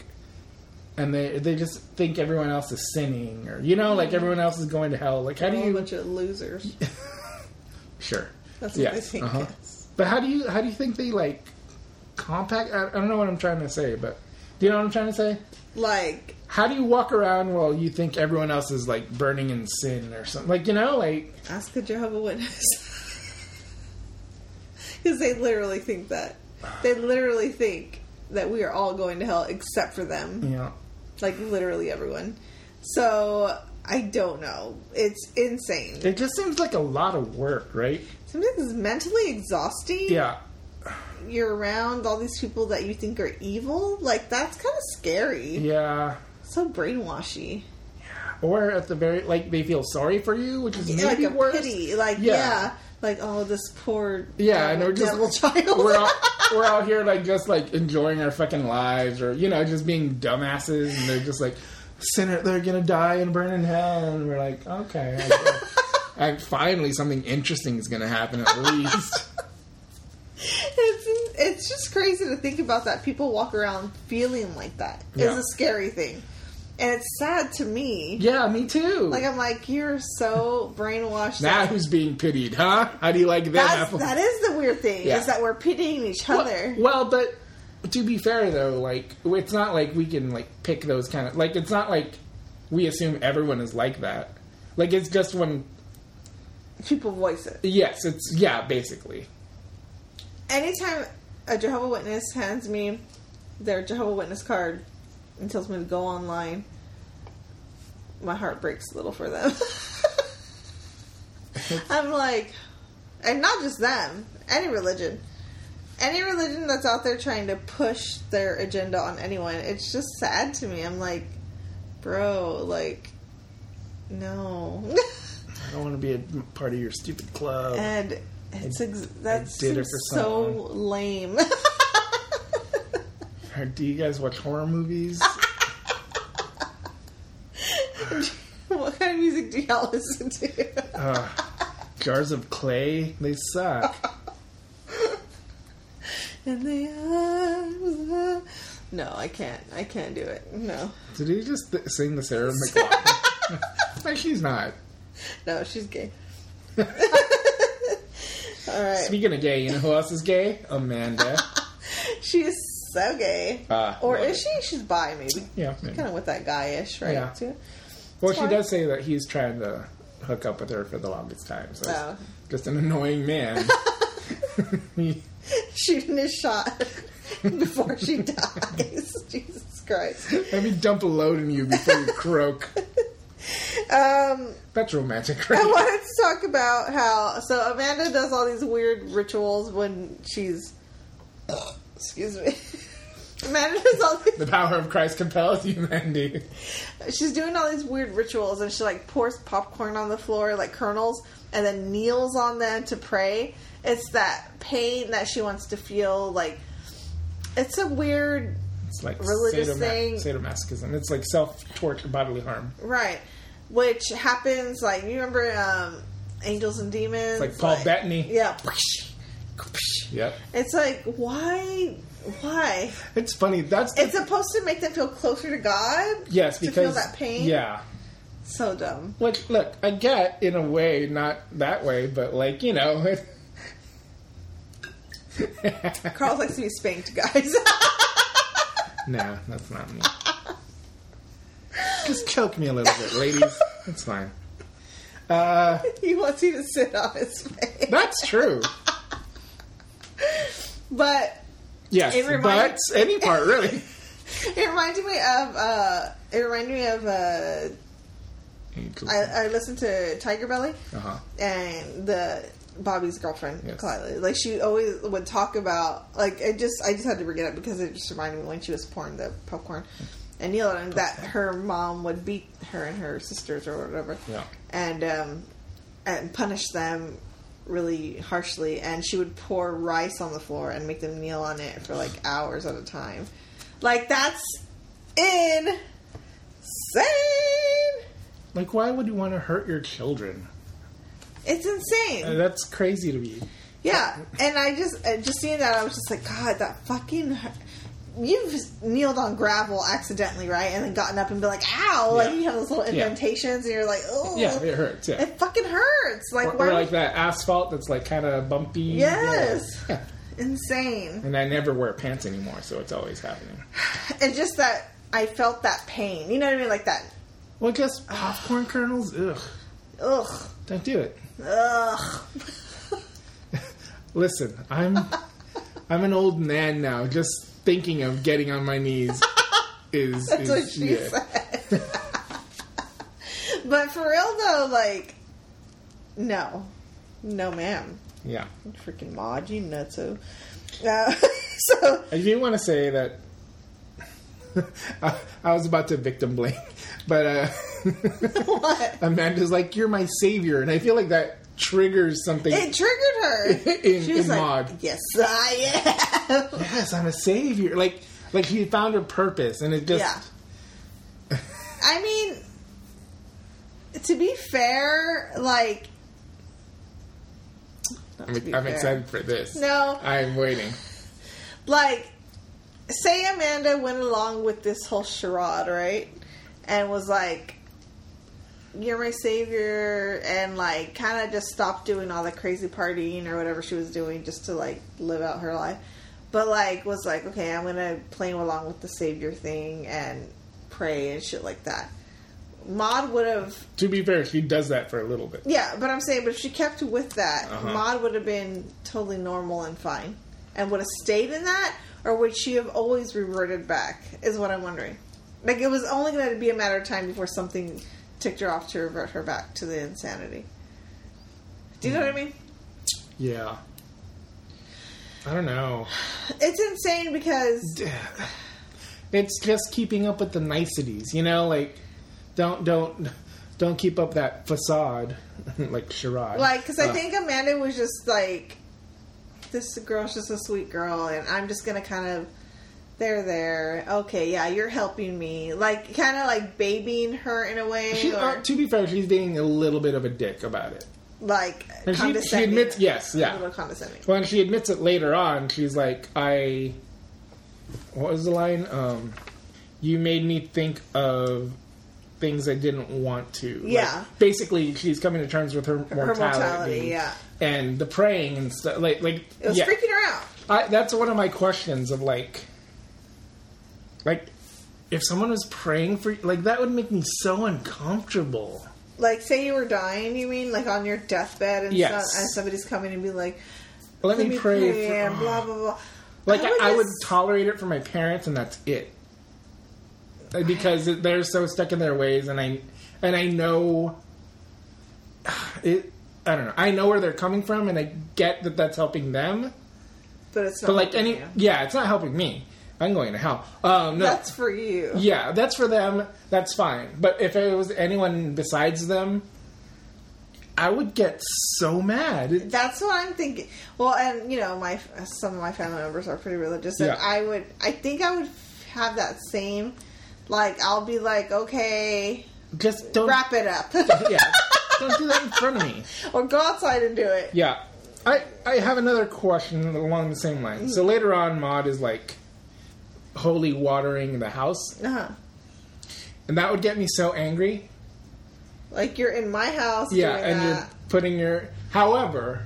S1: and they they just think everyone else is sinning or you know like everyone else is going to hell. Like how do
S2: A whole
S1: you
S2: bunch of losers.
S1: Sure.
S2: That's what
S1: yeah.
S2: I think.
S1: uh-huh.
S2: yes.
S1: But how do you how do you think they like compact? I, I don't know what I'm trying to say, but do you know what I'm trying to say?
S2: Like
S1: How do you walk around while you think everyone else is like burning in sin or something? Like you know, like
S2: ask a Jehovah Witness. Because they literally think that. They literally think that we are all going to hell except for them.
S1: you know,
S2: like literally everyone. So I don't know. It's insane.
S1: it just seems like a lot of work, right?
S2: Sometimes it's mentally exhausting.
S1: Yeah,
S2: You're around all these people that you think are evil. Like that's kind of scary.
S1: yeah.
S2: So brainwashy.
S1: Or at the very like they feel sorry for you, which is
S2: Yeah, like
S1: maybe
S2: a
S1: worse.
S2: pity. Like
S1: Yeah.
S2: yeah. Like oh, this poor
S1: Yeah, and
S2: devil,
S1: we're just
S2: devil child.
S1: we're out, we're out here like just like enjoying our fucking lives, or you know, just being dumbasses, and they're just like sinner. They're gonna die and burn in hell, and we're like, okay, I guess. and finally something interesting is gonna happen at least.
S2: it's it's just crazy to think about that people walk around feeling like that. It's
S1: Yeah.
S2: a scary thing, and it's sad to me.
S1: yeah, me too.
S2: Like I'm like you're so brainwashed.
S1: now
S2: that-
S1: who's being pitied, huh? How do you like that?
S2: That's, that is the weird thing
S1: Yeah.
S2: is that we're pitying each
S1: Well-
S2: other.
S1: Well, but to be fair though, like it's not like we can like pick those kind of like it's not like we assume everyone is like that. Like it's just when
S2: People voice it.
S1: Yes, it's yeah, basically.
S2: Anytime a Jehovah Witness hands me their Jehovah Witness card and tells me to go online, my heart breaks a little for them. I'm like, and not just them, any religion. Any religion that's out there trying to push their agenda on anyone, it's just sad to me. I'm like, bro, like, no.
S1: Oh. I don't want to be a part of your stupid club.
S2: And it's ex- that
S1: did it
S2: seems
S1: for
S2: so
S1: someone.
S2: lame.
S1: Or do you guys watch horror movies?
S2: what kind of music do y'all listen to?
S1: uh, jars of clay, they suck.
S2: And the eyes. of- No, I can't. I can't do it. No,
S1: Did he just th- sing the Sarah McLaughlin? like she's not.
S2: no, she's gay. All right,
S1: Speaking of gay, you know who else is gay? Amanda.
S2: she is so gay.
S1: Ah,
S2: or
S1: love
S2: is she? She's bi, maybe.
S1: Yeah, maybe.
S2: Kind of with that guy-ish, right?
S1: Yeah.
S2: Too?
S1: Well, she
S2: fine.
S1: does say that he's trying to hook up with her for the longest time. So it's
S2: Oh.
S1: just an annoying man. He-
S2: Shooting his shot before she dies. Jesus Christ.
S1: Let me dump a load in you before you croak.
S2: Um,
S1: That's romantic,
S2: I
S1: right?
S2: wanted to talk about how so Amanda does all these weird rituals when she's excuse me. Amanda does all these
S1: The power of Christ compels you, Mandy.
S2: she's doing all these weird rituals and she like pours popcorn on the floor like kernels and then kneels on them to pray it's that pain that she wants to feel like it's a weird
S1: It's like
S2: Religious
S1: sadoma-
S2: thing.
S1: sadomasochism. It's like self torture, bodily harm.
S2: right which happens like you remember um angels and demons
S1: Like Paul Bettany.
S2: yeah
S1: Yep.
S2: it's like why why
S1: It's funny. That's the,
S2: it's supposed to make them feel closer to god
S1: yes
S2: to
S1: because
S2: feel that pain
S1: Yeah.
S2: so dumb
S1: Like, look, I get in a way, not that way, but like you know.
S2: carl likes to be spanked guys
S1: Nah, that's not me. Just choke me a little bit, ladies. That's fine. Uh,
S2: he wants you to sit on his face
S1: that's true.
S2: But
S1: Yes,
S2: It reminded-
S1: but any part really.
S2: it reminded me of uh, it reminded me of uh, I, I listened to Tiger Belly
S1: Uh huh.
S2: and the Bobby's girlfriend
S1: Yes.
S2: Kylie. Like she always would talk about like it just I just had to bring it up because it just reminded me when she was pouring the popcorn and kneeling and that her mom would beat her and her sisters or whatever.
S1: Yeah.
S2: And um and punish them really harshly and she would pour rice on the floor and make them kneel on it for like hours at a time. Like that's insane.
S1: Like, why would you want to hurt your children?
S2: It's insane.
S1: Uh, That's crazy to me.
S2: Yeah, and I just uh, just seeing that I was just like, God, that fucking. hu- You've kneeled on gravel accidentally, right? And then gotten up and been like, "Ow!" Like
S1: Yeah.
S2: you have those little
S1: Yeah.
S2: indentations, and you're like, "Oh,
S1: Yeah, it hurts. Yeah.
S2: It fucking hurts." Like,
S1: Or,
S2: why?
S1: or like that asphalt that's like kind of bumpy.
S2: Yes.
S1: Yeah.
S2: Insane.
S1: And I never wear pants anymore, so it's always happening.
S2: And just that I felt that pain. You know what I mean? Like that.
S1: Well, guess popcorn kernels. Ugh,
S2: Ugh.
S1: don't do it.
S2: Ugh.
S1: Listen, I'm I'm an old man now. Just thinking of getting on my knees is
S2: That's
S1: is
S2: what she
S1: yeah.
S2: said. but for real though, like, no, no, ma'am.
S1: yeah.
S2: freaking mod, you nutso. Uh, so
S1: I do want to say that I, I was about to victim blame, but uh,
S2: what?
S1: Amanda's like, "You're my savior," and I feel like that triggers something.
S2: It triggered her.
S1: In-
S2: she was
S1: in
S2: like,
S1: mod.
S2: "Yes, I am."
S1: yes, I'm a savior. Like like he found a purpose, and it just
S2: Yeah. I mean, to be fair, like, not
S1: I'm,
S2: to be
S1: I'm
S2: fair.
S1: excited for this.
S2: No.
S1: I'm waiting.
S2: like say Amanda went along with this whole charade, right? And was like you're my savior and like kind of just stopped doing all the crazy partying or whatever she was doing just to like live out her life. But like was like, okay, I'm going to play along with the savior thing and pray and shit like that. Maud would have
S1: To be fair, she does that for a little bit.
S2: yeah, but I'm saying, but if she kept with that,
S1: Uh-huh.
S2: Maud would have been totally normal and fine, and would have stayed in that, or would she have always reverted back? Is what I'm wondering. Like it was only going to be a matter of time before something ticked her off to revert her back to the insanity. Do you know what I mean?
S1: Yeah. I don't know.
S2: It's insane because
S1: It's just keeping up with the niceties, you know, like don't don't don't keep up that facade like charade.
S2: like because I
S1: Uh,
S2: think Amanda was just like, this girl's just a sweet girl, and I'm just gonna kind of, they're there, okay, yeah, you're helping me, like kind of like babying her in a way,
S1: she,
S2: or
S1: uh, to be fair, she's being a little bit of a dick about it.
S2: like
S1: And she- she
S2: condescending.
S1: admits- yes, yeah.
S2: a little condescending.
S1: When she admits it later on, she's like, "I." What was the line? Um, you made me think of things I didn't want to. Like,
S2: Yeah.
S1: basically, she's coming to terms with her mortality.
S2: mortality, yeah.
S1: And the praying and stuff. Like, like
S2: It was
S1: yeah.
S2: freaking her out.
S1: I, that's one of my questions of like, Like, if someone was praying for like that would make me so uncomfortable.
S2: Like, say you were dying, you mean? Like on your deathbed and,
S1: Yes.
S2: stuff, and somebody's coming and be like,
S1: Let, me, pray, for uh,
S2: and blah, blah, blah.
S1: Like
S2: I
S1: I
S2: would
S1: would,
S2: just-
S1: tolerate it for my parents, and that's it. Like, Because it- they're so stuck in their ways, and I and I know it. I don't know. I know where they're coming from, and I get that that's helping them.
S2: But it's not.
S1: But like
S2: helping
S1: any,
S2: you.
S1: yeah, it's not helping me. I'm going to hell. Um, no,
S2: That's for you.
S1: yeah, that's for them. That's fine. But if it was anyone besides them, I would get so mad. It-
S2: That's what I'm thinking. Well, and you know, my some of my family members are pretty religious, and
S1: Yeah.
S2: I would, I think I would have that same, like, I'll be like, okay,
S1: Just don't.
S2: wrap it up,
S1: Yeah, don't do that in front of me.
S2: or go outside and do it.
S1: Yeah. I, I have another question along the same line. So later on, Maud is like holy watering the house,
S2: Uh-huh.
S1: and that would get me so angry.
S2: Like you're in my house,
S1: Yeah,
S2: doing
S1: and you're
S2: that.
S1: putting your. However,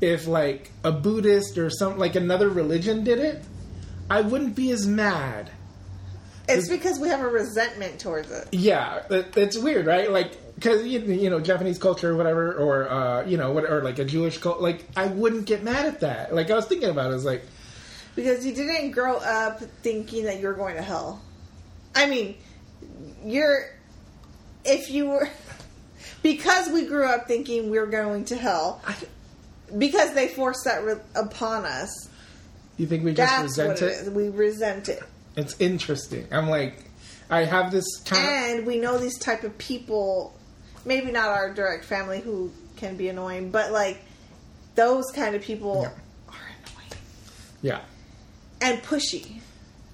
S1: if like a Buddhist or some like another religion did it, I wouldn't be as mad.
S2: It's because we have a resentment towards it.
S1: Yeah, it, it's weird, right? Like because you, you know Japanese culture, or whatever, or uh, you know what, or like a Jewish cult. Like I wouldn't get mad at that. Like I was thinking about it, I was like,
S2: Because you didn't grow up thinking that you were going to hell. I mean, you're. If you were. Because we grew up thinking we were going to hell,
S1: I,
S2: because they forced that re- upon us.
S1: you think we just
S2: That's
S1: resent
S2: what
S1: it? Uh-huh.
S2: it is. We resent it,
S1: It's interesting. I'm like, I have this kind.
S2: and we know these type of people. Maybe not our direct family who can be annoying, but like those kind of people are annoying
S1: Of, yeah,
S2: and pushy.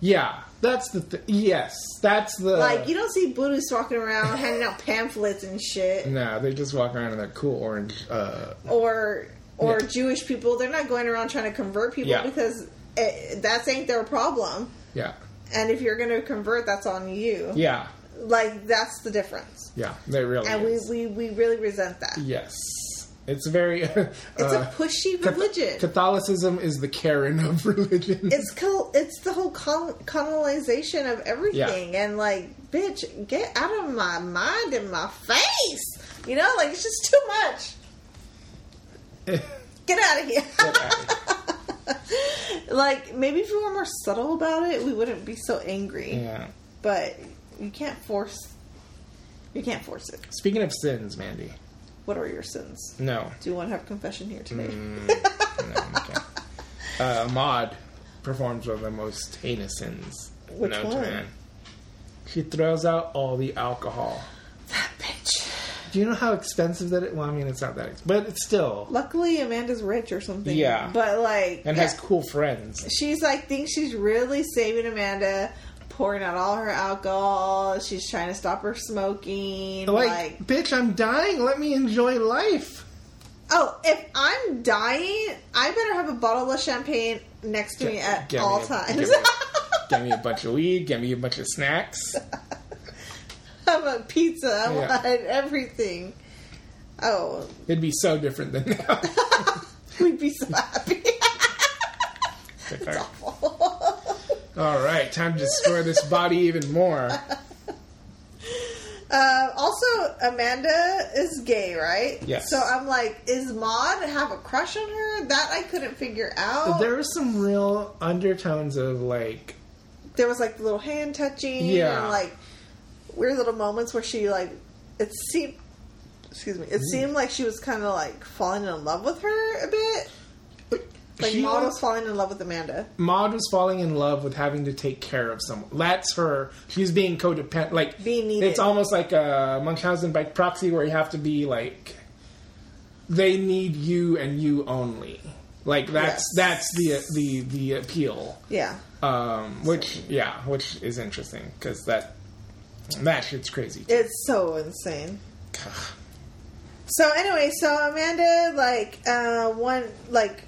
S1: yeah. That's the th- yes. That's the
S2: Like you don't see Buddhists walking around handing out pamphlets and shit,
S1: No, they just walk around in their cool orange. Uh,
S2: or or
S1: Yeah.
S2: Jewish people. They're not going around trying to convert people
S1: Yeah.
S2: because it, that's ain't their problem.
S1: yeah,
S2: And if you're going to convert, that's on you.
S1: yeah,
S2: Like that's the difference.
S1: yeah. They really.
S2: And we,
S1: is.
S2: we, we really resent that.
S1: yes, it's very. It's
S2: It's a pushy religion.
S1: Catholicism is the Karen of religion.
S2: it's col- it's the whole col- colonization of everything, and like, bitch, get out of my mind and my face. You know, like it's just too much. Get out of here. like, maybe if we were more subtle about it, we wouldn't be so angry.
S1: yeah.
S2: But you can't force. You can't force it.
S1: Speaking of sins, Mandy.
S2: What are your sins?
S1: No.
S2: Do you want to have confession here today?
S1: Mm. no okay. uh, Maud performs one of the most heinous sins
S2: Which
S1: known
S2: one?
S1: to man. She throws out all the alcohol.
S2: That bitch.
S1: Do you know how expensive that it? Well, I mean, it's not that expensive, but it's still.
S2: Luckily, Amanda's rich or something.
S1: Yeah.
S2: But like,
S1: And
S2: yeah.
S1: has cool friends.
S2: she's like thinks she's really saving Amanda, pouring out all her alcohol. She's trying to stop her smoking.
S1: Like,
S2: Like,
S1: bitch, I'm dying. Let me enjoy life.
S2: oh, if I'm dying, I better have a bottle of champagne next to me at
S1: Get
S2: all
S1: me a-
S2: times.
S1: Get me, a- get me a bunch of weed. Get me a bunch of snacks.
S2: have a pizza. I
S1: Yeah.
S2: want everything. Oh,
S1: It'd be so different than now.
S2: we'd be so happy.
S1: If I- all right, time to destroy this body even more.
S2: Uh, also, Amanda is gay, right?
S1: Yes.
S2: So I'm like, is Maud have a crush on her? That I couldn't figure out.
S1: There are some real undertones of like
S2: there was like the little hand touching
S1: Yeah.
S2: and like weird little moments where she like it seemed excuse me
S1: Mm.
S2: it seemed like she was kind of like falling in love with her a bit like
S1: she
S2: Maud
S1: was-
S2: was falling in love with Amanda
S1: Maud was falling in love with having to take care of someone. That's her. She's being codependent. Like
S2: Being needed.
S1: It's almost like a Munchausen by proxy, where you have to be like, they need you and you only. Like that's
S2: Yes.
S1: that's the the the appeal.
S2: yeah
S1: Um, which yeah, which is interesting because that that shit's crazy.
S2: it's so insane so anyway so Amanda like uh one like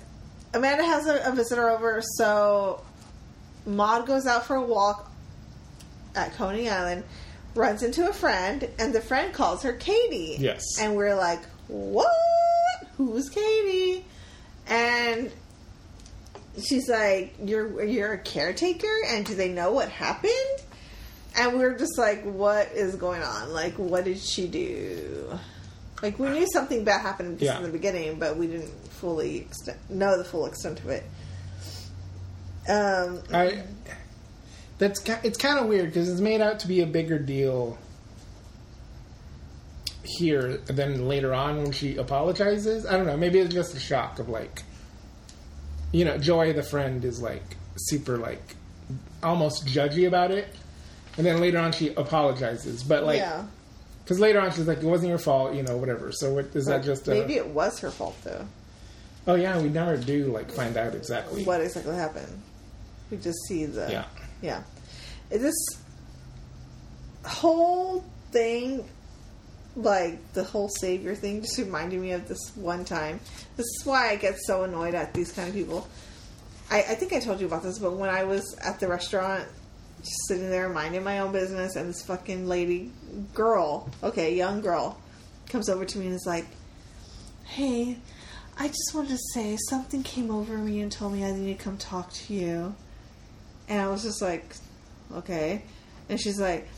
S2: Amanda has a, a visitor over so Maud goes out for a walk at Coney Island, runs into a friend, and the friend calls her Katie.
S1: Yes.
S2: And we're like, what? Who's Katie? And she's like, "You're you're a caretaker," and do they know what happened? And we are just like, "What is going on? Like, what did she do?" Like we knew something bad happened just
S1: Yeah.
S2: in the beginning, but we didn't fully extent, know the full extent of it. Um,
S1: I that's ki- it's kind of weird because it's made out to be a bigger deal here than later on when she apologizes. I don't know. Maybe it's just a shock of like, you know, Joy the friend is like super like almost judgy about it, and then later on she apologizes. But like,
S2: yeah,
S1: because later on she's like, it wasn't your fault, you know, whatever. So what, is that just a,
S2: maybe it was her fault though.
S1: Oh yeah, we never do like find out exactly.
S2: What exactly happened? We just see the
S1: Yeah.
S2: yeah. Is this whole thing like the whole savior thing just reminded me of this one time. This is why I get so annoyed at these kind of people. I, I think I told you about this, but when I was at the restaurant, just sitting there minding my own business, and this fucking lady, girl, okay, young girl, comes over to me and is like, Hey, I just wanted to say something came over me and told me I need to come talk to you. And I was just like, okay. And she's like,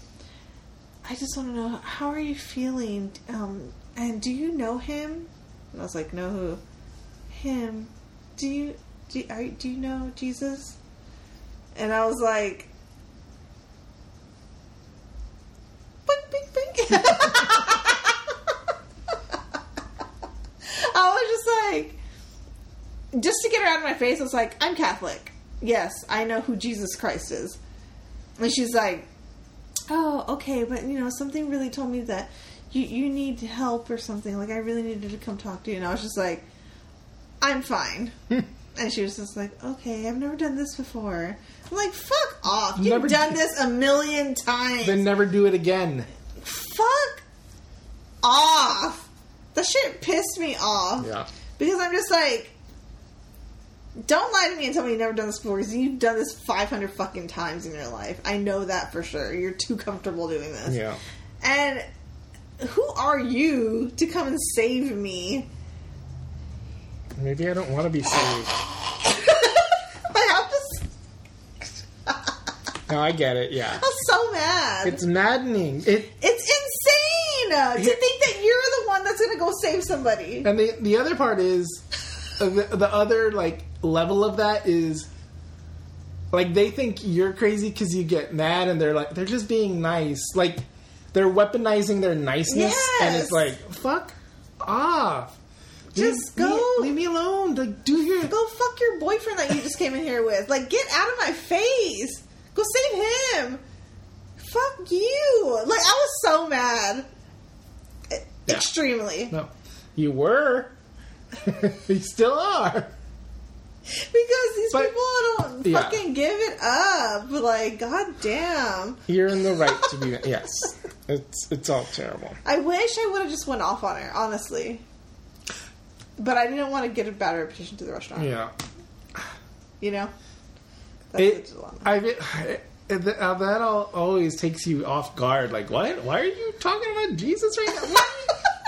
S2: I just want to know how are you feeling? Um, and do you know him? And I was like, no, who? Him. Do you do you- are, you- do you know Jesus? And I was like, bink, bink, bink. I was just like, just to get her out of my face, I was like, I'm Catholic. Yes, I know who Jesus Christ is. And she's like, Oh, okay, but you know, something really told me that you, you need help or something. Like, I really needed to come talk to you. And I was just like, I'm fine. and she was just like, Okay, I've never done this before. I'm like, Fuck off. You've
S1: Never
S2: done
S1: did-
S2: this a million times
S1: Then never do it again.
S2: fuck off. That shit pissed me off.
S1: Yeah.
S2: Because I'm just like, don't lie to me and tell me you've never done this before because you've done this 500 fucking times in your life. I know that for sure. You're too comfortable doing this.
S1: Yeah.
S2: And who are you to come and save me?
S1: Maybe I don't want to be saved.
S2: I have to.
S1: No, I get it. Yeah.
S2: I'm so mad.
S1: It's maddening. It
S2: It's insane to think that you're the one that's going to go save somebody.
S1: and the the other part is uh, the, the other like level of that is like they think you're crazy because you get mad and they're like they're just being nice like they're weaponizing their niceness and
S2: Yes.
S1: it's like fuck off
S2: Just
S1: Leave-
S2: go.
S1: leave, me alone like do your
S2: Go fuck your boyfriend that you just came in here with. Like, get out of my face. Go save him. Fuck you. Like, I was so mad. E-
S1: Yeah.
S2: Extremely.
S1: no you were you still are
S2: Because these
S1: But-
S2: people don't
S1: yeah.
S2: fucking give it up. Like, god damn.
S1: you're in the right to be yes it's it's all terrible
S2: I wish I would have just went off on her, honestly. But I didn't want to get a bad reputation to the restaurant.
S1: yeah
S2: You know? That's
S1: It,
S2: the dilemma.
S1: I mean, it, that all, always takes you off guard. Like, what? Why are you talking about Jesus right now? What,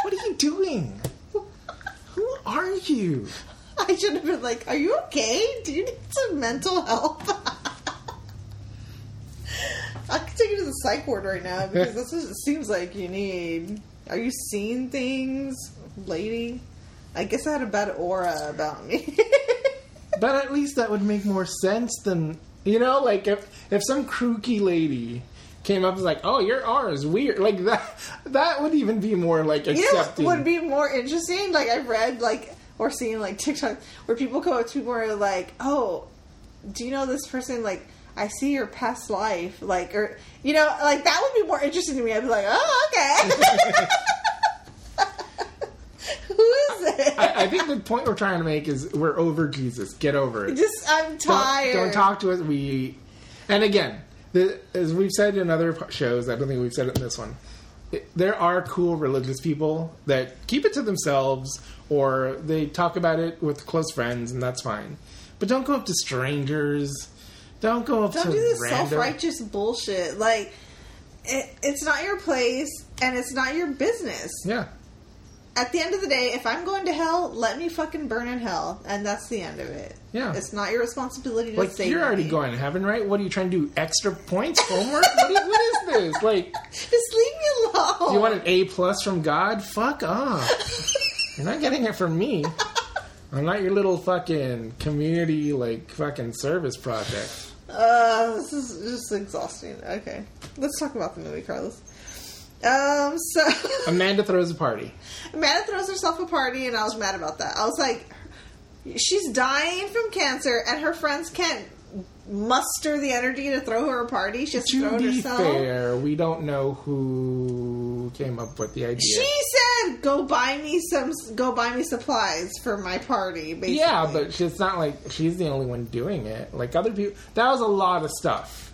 S1: what are you doing? Who are you?
S2: I should have been like, "Are you okay? Do you need some mental help?" I could take you to the psych ward right now because this is, it seems like you need. Are you seeing things, lady? I guess I had a bad aura about me.
S1: But at least that would make more sense than you know. Like, if if some crooky lady came up and was like, "Oh, your R is weird," like that that would even be more like
S2: you know what
S1: accepting.
S2: would be more interesting? Like I've read like or seen like TikTok where people go up to people and are like, "Oh, do you know this person?" Like I see your past life, like or you know, like that would be more interesting to me. I'd be like, "Oh, okay." Who is it?
S1: I, I think the point we're trying to make is we're over Jesus. Get over it.
S2: Just I'm
S1: Don't-
S2: tired.
S1: Don't, talk to us. We, and again, the, as we've said in other po- shows, I don't think we've said it in this one. it- there are cool religious people that keep it to themselves, or they talk about it with close friends, and that's fine. But don't go up to strangers. Don't go up to
S2: Don't do this
S1: random.
S2: self righteous bullshit. Like it, it's not your place and it's not your business.
S1: Yeah,
S2: at the end of the day, if I'm going to hell, let me fucking burn in hell, and that's the end of it.
S1: Yeah.
S2: it's not your responsibility to
S1: Like
S2: save.
S1: you're already
S2: me.
S1: going to heaven, right? What are you trying to do? Extra points, homework? what, is, what is this? Like,
S2: Just leave me alone.
S1: do you want an A plus from God? Fuck off. You're not getting it from me. I'm not your little fucking community like fucking service project.
S2: Uh, this is just exhausting. Okay, let's talk about the movie, Carlos. Um, so
S1: Amanda throws a party.
S2: Amanda throws herself a party, and I was mad about that. I was like, she's dying from cancer, and her friends can't muster the energy to throw her a party. She has to throw
S1: To
S2: it
S1: be
S2: herself.
S1: fair, we don't know who came up with the idea.
S2: She said, "Go buy me some. Go buy me supplies for my party." Basically.
S1: yeah, but she- it's not like she's the only one doing it. Like other people, that was a lot of stuff.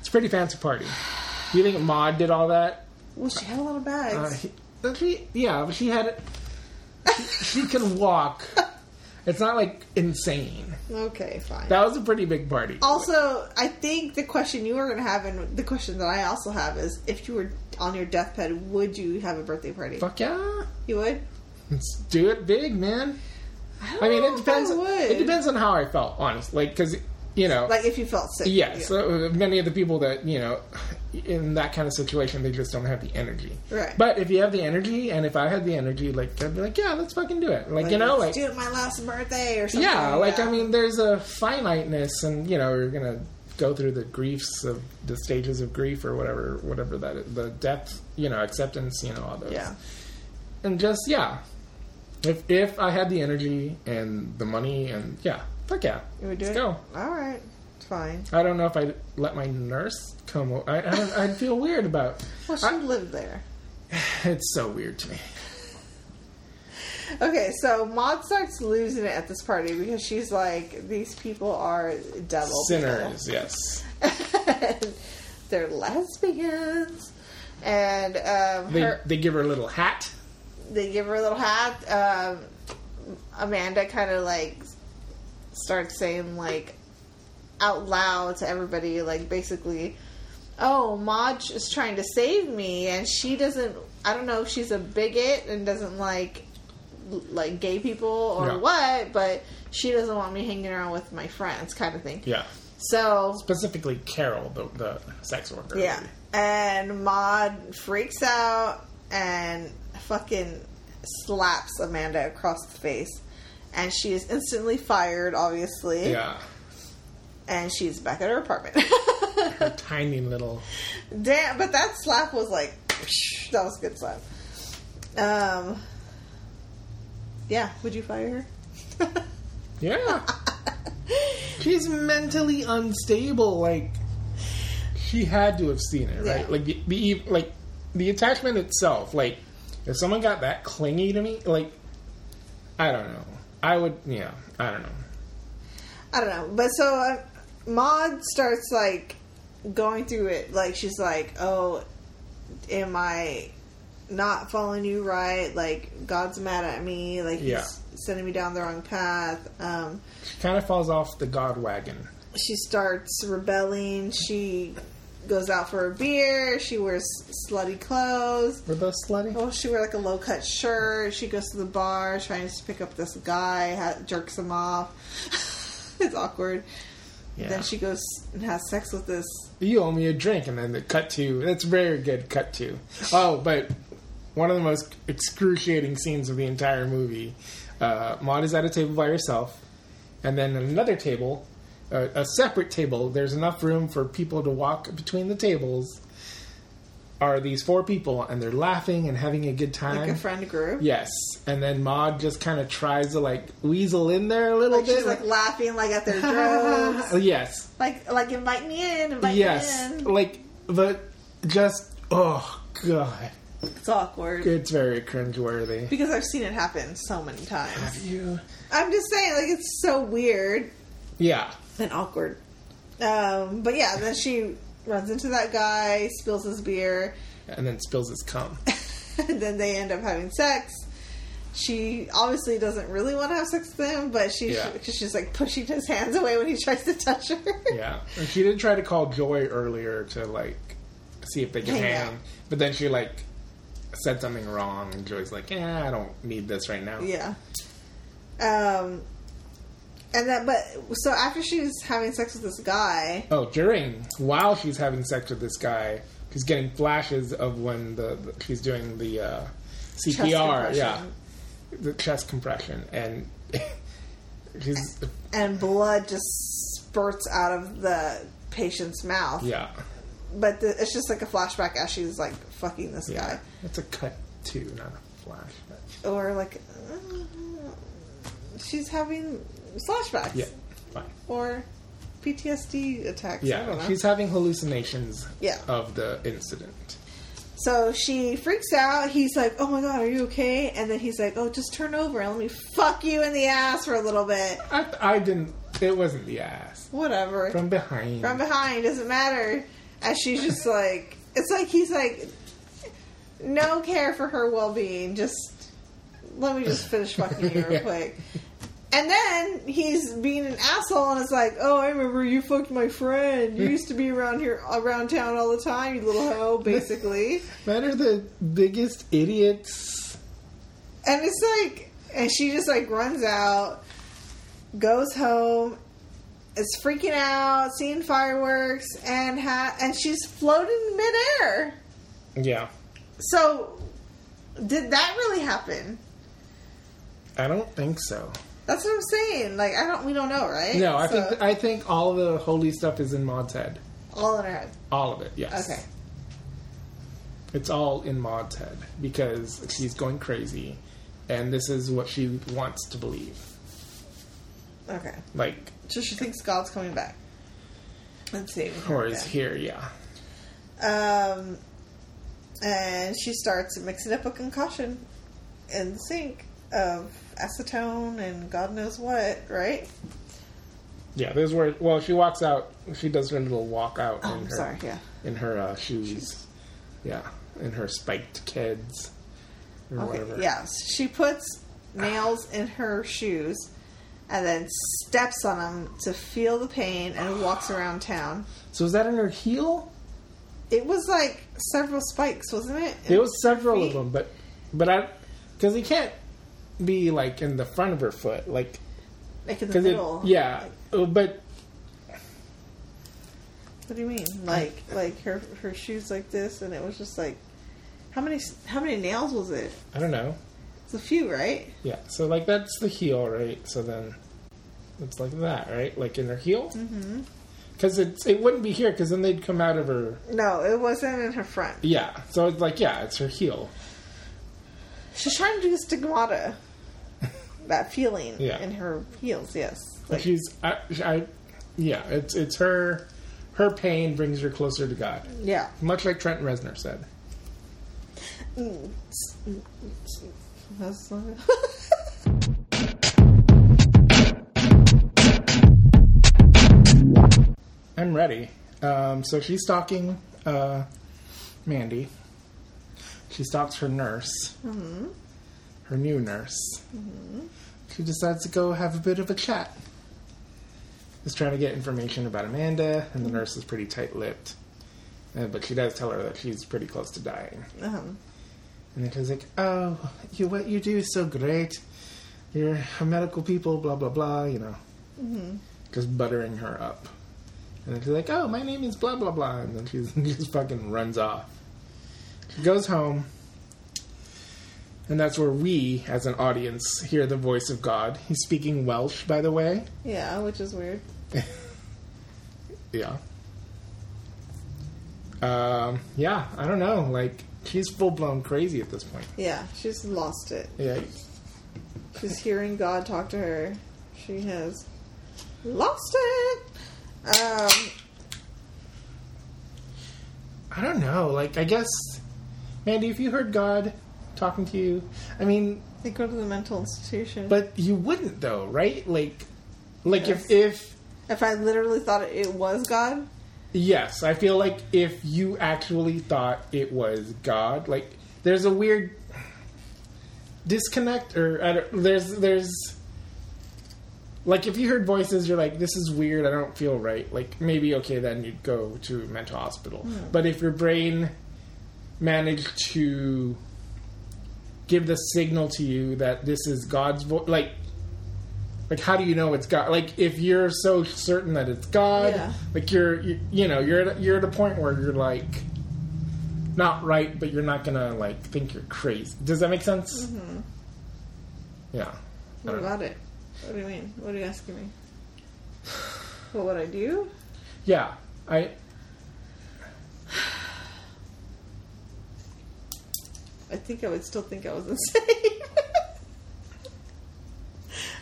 S1: It's a pretty fancy party. Do you think Maud did all that?
S2: well, she had a lot of bags.
S1: Uh, he- does she, yeah, but she had. She, she could walk. It's not like insane.
S2: okay, fine.
S1: That was a pretty big party.
S2: also, I think the question you were going to have, and the question that I also have, is if you were on your deathbed, would you have a birthday party?
S1: Fuck yeah.
S2: You would.
S1: Let's do it big, man.
S2: don't
S1: I mean,
S2: know
S1: it
S2: if
S1: depends.
S2: I would.
S1: It depends on how I felt, honestly. Like, because you know,
S2: Like if you felt sick.
S1: yeah,
S2: you-
S1: so uh, many of the people that you know in that kind of situation, they just don't have the energy.
S2: Right.
S1: But if you have the energy, and if I had the energy, like I'd be like, yeah, let's fucking do it. Like,
S2: Like,
S1: you know,
S2: let's
S1: like
S2: do it my last birthday or something.
S1: yeah, like
S2: that.
S1: I mean, there's a finiteness, and you know, you're gonna go through the griefs of the stages of grief or whatever, whatever that is, the depth, you know, acceptance, you know, all those.
S2: yeah.
S1: and just yeah, if if I had the energy and the money and yeah, fuck yeah,
S2: You would do
S1: let's
S2: it.
S1: go.
S2: All right, it's fine.
S1: I don't know if I let my nurse come. o- I I don't- I'd feel weird about.
S2: Well, she lived there.
S1: It's so weird to me.
S2: Okay, so Maud starts losing it at this party because she's like, these people are devil
S1: Sinners, yes,
S2: people. They're lesbians. And um,
S1: they
S2: her,
S1: they give her a little hat.
S2: they give her a little hat. Um, Amanda kind of like starts saying like out loud to everybody, like basically, "Oh, Maud is trying to save me, and she doesn't. I don't know if she's a bigot and doesn't like l- like gay people or
S1: Yeah.
S2: what, but she doesn't want me hanging around with my friends, kind of thing.
S1: Yeah,
S2: So
S1: specifically Carol, the the sex worker.
S2: yeah. And Maud freaks out and fucking slaps Amanda across the face. And she is instantly fired, obviously.
S1: yeah.
S2: And she's back at her apartment.
S1: Her tiny little
S2: Damn, but that slap was like, that was a good slap. Um, yeah, would you fire her?
S1: yeah. She's mentally unstable. Like she had to have seen it, right?
S2: Yeah.
S1: Like the, the ev- like the attachment itself. Like if someone got that clingy to me, like I don't know. I would, yeah, I don't know.
S2: I don't know. But so uh, Maud starts like going through it. Like she's like, "Oh, am I not following you right? Like God's mad at me. Like he's
S1: Yeah.
S2: sending me down the wrong path." Um,
S1: She kind of falls off the god wagon.
S2: she starts rebelling. She goes out for a beer. She wears slutty clothes.
S1: Were those slutty?
S2: Oh, she wear like a low cut shirt. She goes to the bar, tries to pick up this guy, ha- jerks him off. it's awkward.
S1: Yeah.
S2: Then she goes and has sex with this.
S1: you owe me a drink and then the cut to that's very good cut to oh but one of the most excruciating scenes of the entire movie uh, maud is at a table by herself and then another table uh, a separate table there's enough room for people to walk between the tables are these four people and they're laughing and having a good time
S2: Like a friend group.
S1: yes and then maud just kind of tries to like weasel in there a little
S2: Like
S1: bit "Ah."
S2: she's like laughing like at their jokes.
S1: yes
S2: Like like invite me in, invite
S1: Yes,
S2: me in.
S1: like the just oh god,
S2: It's awkward.
S1: it's very cringeworthy.
S2: Because I've seen it happen so many times.
S1: You,
S2: I'm just saying, like it's so weird
S1: yeah,
S2: and awkward. Um, but yeah, then she runs into that guy, spills his beer,
S1: and then spills his cum.
S2: and then they end up having sex. She obviously doesn't really want to have sex with him, but she,
S1: Yeah.
S2: cause she's like pushing his hands away when he tries to touch her.
S1: Yeah, and she did try to call Joy earlier to like see if they could
S2: Hang
S1: hang,
S2: out.
S1: but then she like said something wrong, and Joey's like, "Yeah, I don't need this right now."
S2: Yeah. Um, and then, but so after she's having sex with this guy,
S1: Oh, during while she's having sex with this guy, she's getting flashes of when the, the- she's doing the uh, CPR,
S2: Chest
S1: yeah,
S2: compression.
S1: the chest compression, and she's
S2: and blood just spurts out of the patient's mouth.
S1: yeah,
S2: But the, it's just like a flashback as she's like fucking this
S1: yeah. It's a cut too, not a flash. But
S2: guy, or like uh, she's having flashbacks,
S1: yeah, fine.
S2: or PTSD attacks. I don't
S1: Yeah,
S2: know.
S1: she's having hallucinations
S2: Yeah.
S1: of the incident.
S2: So she freaks out. He's like, "Oh my god, are you okay?" And then he's like, "Oh, just turn over and let me fuck you in the ass for a little bit.
S1: I, I didn't. It wasn't the ass
S2: Whatever. From,
S1: from behind.
S2: behind doesn't matter." And she's just like, it's like he's like, no care for her well being. Just let me just finish fucking you real quick. And then he's being an asshole and it's like, oh, I remember you fucked my friend. You used to be around here, around town all the time, you little hoe, basically.
S1: Men are the biggest idiots.
S2: And it's like, and she just like runs out, goes home, is freaking out, seeing fireworks, and ha- and she's floating midair.
S1: Yeah,
S2: So, did that really happen?
S1: I don't think so.
S2: That's what I'm saying. Like, I don't, we don't know, right?
S1: No, I
S2: So,
S1: think I think all the holy stuff is in Maud's head.
S2: all in her head.
S1: All of it. Yes.
S2: Okay.
S1: It's all in Maud's head because she's going crazy, and this is what she wants to believe.
S2: Okay.
S1: Like,
S2: So she thinks God's coming back. Let's see.
S1: or is here? Yeah.
S2: Um, and she starts mixing up a concoction in the sink of acetone and God knows what, right?
S1: Yeah. This is where. Well, she walks out. She does her little walk out.
S2: Oh,
S1: in
S2: I'm
S1: her,
S2: sorry, yeah.
S1: in her uh, shoes. Yeah, in her spiked kids or whatever.
S2: Okay, yeah. She puts nails in her shoes and then steps on them to feel the pain and walks around town.
S1: So is that in her heel?
S2: It was like several spikes, wasn't it?
S1: There was several of
S2: feet.
S1: them, but but I because he can't be like in the front of her foot, like
S2: like in the
S1: because it
S2: middle.
S1: yeah. Oh, But
S2: What do you mean? Like like her her shoes like this, and it was just like how many how many nails was it?
S1: I don't know.
S2: It's a few, right?
S1: Yeah, so like that's the heel, right? So then it's like that, right? Like in her heel. Mm-hmm. Because it's it wouldn't be here because then they'd come out of her.
S2: No, it wasn't in her front.
S1: Yeah, so it's like yeah, it's her heel.
S2: She's trying to do stigmata. that feeling
S1: Yeah.
S2: in her heels, yes.
S1: Like she's I, I yeah, it's it's her her pain brings her closer to God.
S2: Yeah.
S1: Much like Trent Reznor said.
S2: That's
S1: I'm ready. Um, so she's stalking uh, Mandy. She stalks her nurse, mm-hmm. her new nurse. Mm-hmm. She decides to go have a bit of a chat. Is trying to get information about Amanda, and the nurse is pretty tight-lipped. Uh, but she does tell her that she's pretty close to dying.
S2: um,
S1: And then she's like, "Oh, you what you do is so great. You're a medical people, blah blah blah. You know, Mm-hmm. just buttering her up." And then she's like, "Oh, my name is blah blah blah," and then she's, she just fucking runs off. She goes home, and that's where we, as an audience, hear the voice of God. He's speaking Welsh, by the way.
S2: yeah, which is weird.
S1: Yeah. Um, yeah, I don't know. Like, she's full blown crazy at this point.
S2: Yeah, she's lost it.
S1: Yeah,
S2: She's hearing God talk to her. She has lost it. Um,
S1: I don't know. Like, I guess, Mandy, if you heard God talking to you, I mean,
S2: they go to the mental institution.
S1: but you wouldn't though, right? Like, like
S2: Yes.
S1: if if
S2: if I literally thought it was God,
S1: yes, I feel like if you actually thought it was God, like there's a weird disconnect, or I don't, there's there's like if you heard voices, you're like, this is weird. I don't feel right. Like maybe okay, then you'd go to a mental hospital. But if your brain managed to give the signal to you that this is God's voice? Like, like how do you know it's God? Like, if you're so certain that it's God,
S2: Yeah.
S1: like you're, you, you know, you're at, a- you're at a point where you're like, not right, but you're not gonna like think you're crazy. Does that make sense? Yeah. I
S2: What
S1: don't know.
S2: about it? What do you mean? What are you asking me? What would I do?
S1: Yeah. I.
S2: I think I would still think I was insane.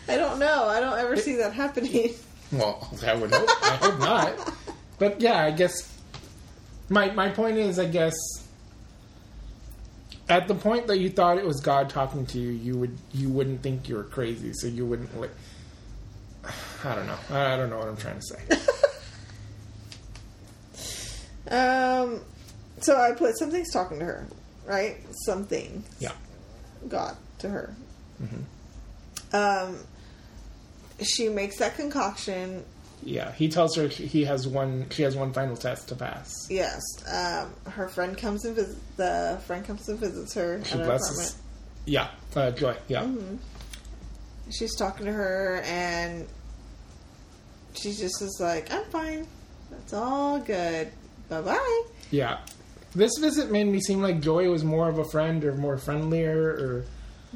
S2: I don't know. I don't ever see that happening.
S1: Well, I would hope. I hope not. But yeah, I guess my my point is, I guess at the point that you thought it was God talking to you, you would you wouldn't think you were crazy, so you wouldn't like. I don't know. I I don't know what I'm trying to say.
S2: Um, so I put something's talking to her, right? Something
S1: Yeah.
S2: God to her.
S1: Mm-hmm.
S2: Um, she makes that concoction.
S1: Yeah. He tells her he has one. She has one final test to pass.
S2: Yes. Um, her friend comes and visits. The friend comes and visits her
S1: She
S2: at her
S1: blesses.
S2: apartment.
S1: Yeah. Uh, joy. Yeah.
S2: She's talking to her, and she just is like, "I'm fine. That's all good. Bye bye."
S1: Yeah. This visit made me seem like Joy was more of a friend or more friendlier or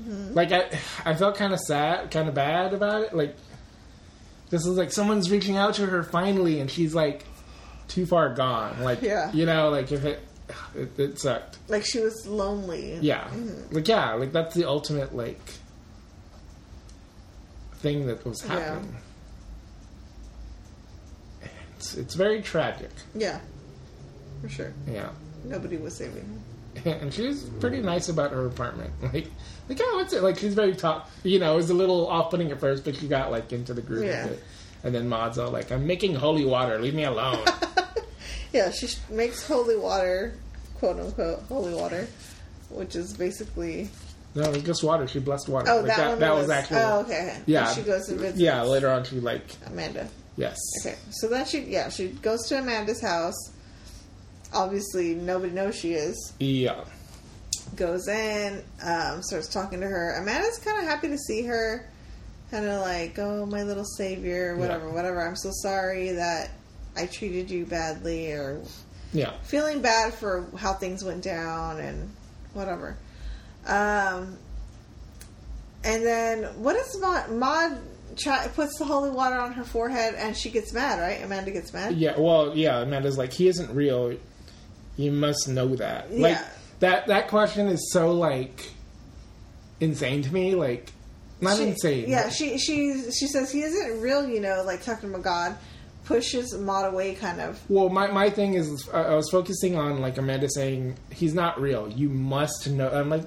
S2: Mm-hmm.
S1: like I I felt kind of sad, kind of bad about it. Like this is like someone's reaching out to her finally and she's like too far gone. Like
S2: Yeah.
S1: you know, like if it it, it sucked.
S2: Like she was lonely.
S1: Yeah.
S2: Mm-hmm.
S1: Like yeah, like that's the ultimate like thing that was
S2: Yeah.
S1: happening. It's, it's very tragic.
S2: Yeah. For sure.
S1: Yeah.
S2: Nobody was saving her.
S1: and she was pretty nice about her apartment. Like, like oh, what's it? Like, she's very top. You know, it was a little off-putting at first, but she got like into the groove
S2: Yeah.
S1: of it. And then Maud's all like, "I'm making holy water. Leave me alone."
S2: Yeah, she sh- makes holy water, quote unquote, holy water, which is basically.
S1: no, it was just water. She blessed water.
S2: Oh,
S1: Like,
S2: that, one
S1: that
S2: was,
S1: was actually.
S2: Oh, okay.
S1: Yeah.
S2: She goes and visits
S1: Yeah. Later on, she like
S2: Amanda.
S1: yes.
S2: Okay, so then she, yeah, she goes to Amanda's house. Obviously, nobody knows she is.
S1: Yeah.
S2: Goes in, um, starts talking to her. Amanda's kind of happy to see her. Kind of like, oh, my little savior, whatever,
S1: Yeah.
S2: whatever. I'm so sorry that I treated you badly or
S1: Yeah.
S2: feeling bad for how things went down and whatever. Um, and then what is Maud? Maud try, puts the holy water on her forehead, and she gets mad, right? Amanda gets mad.
S1: Yeah. Well, yeah. Amanda's like, he isn't real. You must know that. Like
S2: Yeah.
S1: that. That question is so like insane to me. Like, not
S2: She-
S1: insane.
S2: Yeah, she she she says he isn't real, you know, like talking about God. Pushes Maud away, kind of.
S1: Well, my, my thing is, I I was focusing on like Amanda saying he's not real. You must know. I'm like,